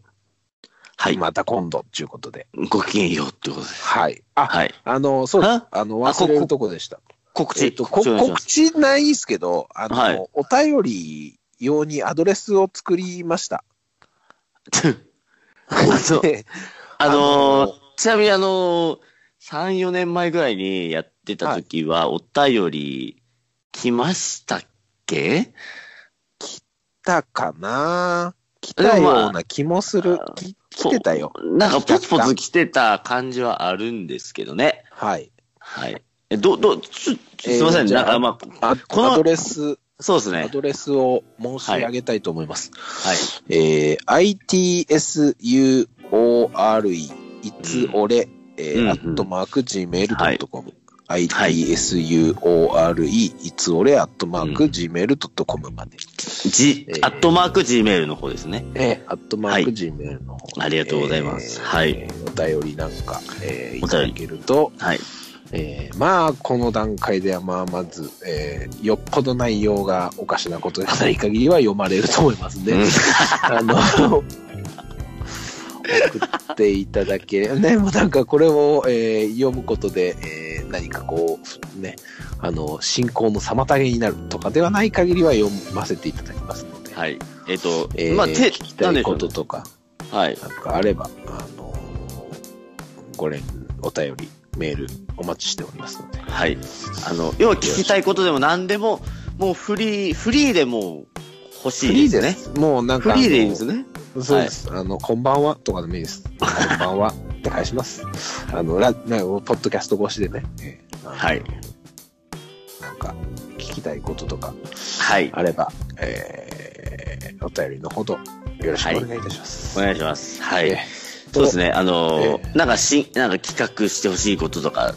B: はい。
A: また今度ということで。
B: ごきげんようってことで。
A: はい。あ、
B: はい。
A: あの、そうです
B: あ。
A: あの、
B: あこ
A: 忘れるとこでした。
B: 告知、
A: えっと、こ
B: お願いしま
A: 告
B: す
A: 知ないんすけど、あの、
B: はい
A: お便り用にアドレスを作りました。
B: そう
A: で
B: [laughs] あの
A: あ
B: ー
A: の
B: ちなみにあのー、3、4年前ぐらいにやってた時は、お便り来ましたっけ、
A: 来たかな来
B: で
A: た
B: もまあ
A: ような気もする
B: あ。
A: き来てたよ。
B: なんかポツポツ来てた感じはあるんですけどね。
A: はい。
B: はい。え、ど、ど、ちょちょ
A: えー
B: すいません。
A: じゃ
B: な
A: あ
B: んか、まあ、
A: あ
B: この
A: アドレス、
B: そうです
A: ア
B: ね。
A: ドレスを申し上げたいと思います。
B: はい。
A: えー、itsure, いつ俺、え
B: うんうん
A: ー、アットマーク、gmail.com。
B: はい
A: itsure, いつ俺、アットマーク、
B: うん
A: gmail.com まで。
B: G、
A: えー
B: アットマーク Gmail の方ですね。
A: えー、アットマ
B: は
A: ー
B: い
A: ク、gmail の方に、
B: ありがとうございますはい。
A: お便りなんか、えー、い
B: お
A: た
B: 便り
A: だけると、
B: はい。
A: えーまあ、この段階では、まあ、まず、えーよっぽど内容がおかしなことがない限りは読まれると思いますね。あの、送っていただけ、ね、もうなんかこれを、えー読むことで、えー何かこう、ね、あの、進行の妨げになるとかではない限りは読ませていただきますので、
B: はい。えっ、と、
A: えー
B: まあ、
A: 聞
B: 手、
A: き
B: な
A: た
B: ん
A: い
B: でしょ
A: こ
B: うね
A: ととか、
B: はい。
A: なんかあれば、あのご連、お便り、メール、お待ちしておりますので。
B: はい。あの、要は聞きたいことでも何でも、もうフリー、フリーでもう欲し
A: フ
B: い
A: リ
B: で
A: ー
B: す
A: で
B: ね。
A: す。もうなん
B: フ
A: かあの。
B: リーでいいんですね。
A: そうです。あの、こんばんはとかでもいいです。こんばんはって返します。あの、ラ、なポッドキャスト越しでね。えーあの
B: はい。
A: なんか、聞きたいこととか
B: はい。
A: あれば、えー、お便りのほどよろしくお願いいたします。
B: お願いします。はい。
A: え
B: そうですね。あの
A: え
B: ー、なんかし、なんか企画してほしいこととか、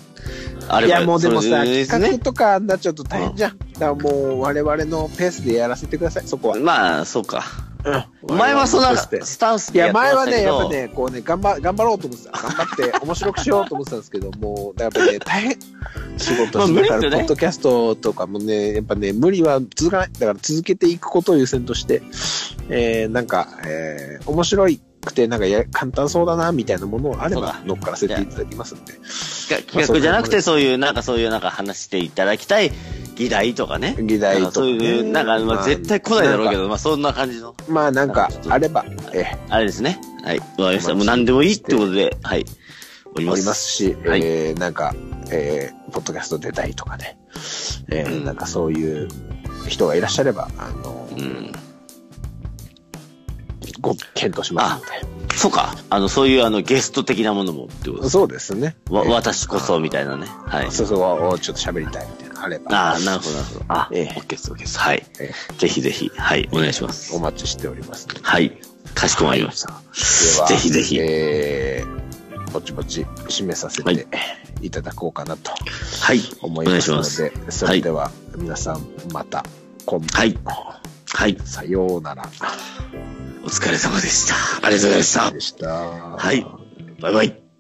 B: あ
A: ー。
B: れ
A: い
B: ば、
A: や、もうでも
B: そ
A: さ、
B: れです
A: 企画
B: ね。
A: とかになっちゃうと大変じゃん。だからもう、我々のペースでやらせてください、そこは。
B: まあ、そうか。
A: うん
B: 前はそんな
A: 我々のペースで
B: スタンス
A: い
B: で
A: や、
B: ってま
A: 前
B: した
A: は
B: けど
A: ね、やっぱ。ね、こうね、頑張、頑張ろうと思ってた。頑張って、面白くしようと思ってたんですけど、もう、だ
B: [laughs]
A: からやっぱね、大変。仕事
B: まあ
A: し
B: 無理
A: な
B: で
A: が
B: すよね
A: ら、ポッドキャストとかもね、やっぱね、無理は続かない。だから続けていくことを優先として、えー、なんか、えー、面白くて、なんかや、簡単そうだな、みたいなものあれ
B: そう
A: ば
B: だ、
A: 乗っからせていただきますんで。
B: 企画企画じゃなくて、そういう、なんかそういう、なんか話していただきたい議題とかね。
A: 議題とか
B: そういう、なんか、まあ、絶対来ないだろうけ
A: ど。
B: ど、まあ、そんな感じの。
A: まあ、なんか、あれば、えー、
B: あれですね。はい。わかりました。もう何でもいいってことで、はい。おり
A: お
B: ま
A: り
B: す。
A: ますし、
B: はい
A: えーなんか、えーポッドキャスト出たいとかね、えー
B: うん
A: なんかそういう人がいらっしゃれば、あの、
B: うん。
A: ご検討します
B: そうか。あの、そういう、あの、ゲスト的なものもって
A: の
B: こと
A: で。
B: です。
A: そうですね。
B: わ、
A: えー
B: 私こそ、みたいなね。はい。
A: そうそう、わわちょっと喋りたいみたいなのあれば、
B: ああ、なるほど、なるほど。あ、
A: ええ
B: OK です、OK です。はい。
A: え
B: ぜひぜひ、はい、お願いします
A: ーお。待ちしておりますので。
B: はい。かしこまりました。
A: では、
B: ぜひぜひ。
A: えーぼちぼち締めさせ
B: はい
A: ていただこうかなと
B: はい。
A: 思
B: お
A: い
B: 願
A: ま
B: いし
A: すの
B: ます。
A: で、それでは、皆さんまた今度、
B: はいはい。
A: さようなら
B: お疲れ様でした。ありがとうございました
A: で。した。
B: はい。バイバイ。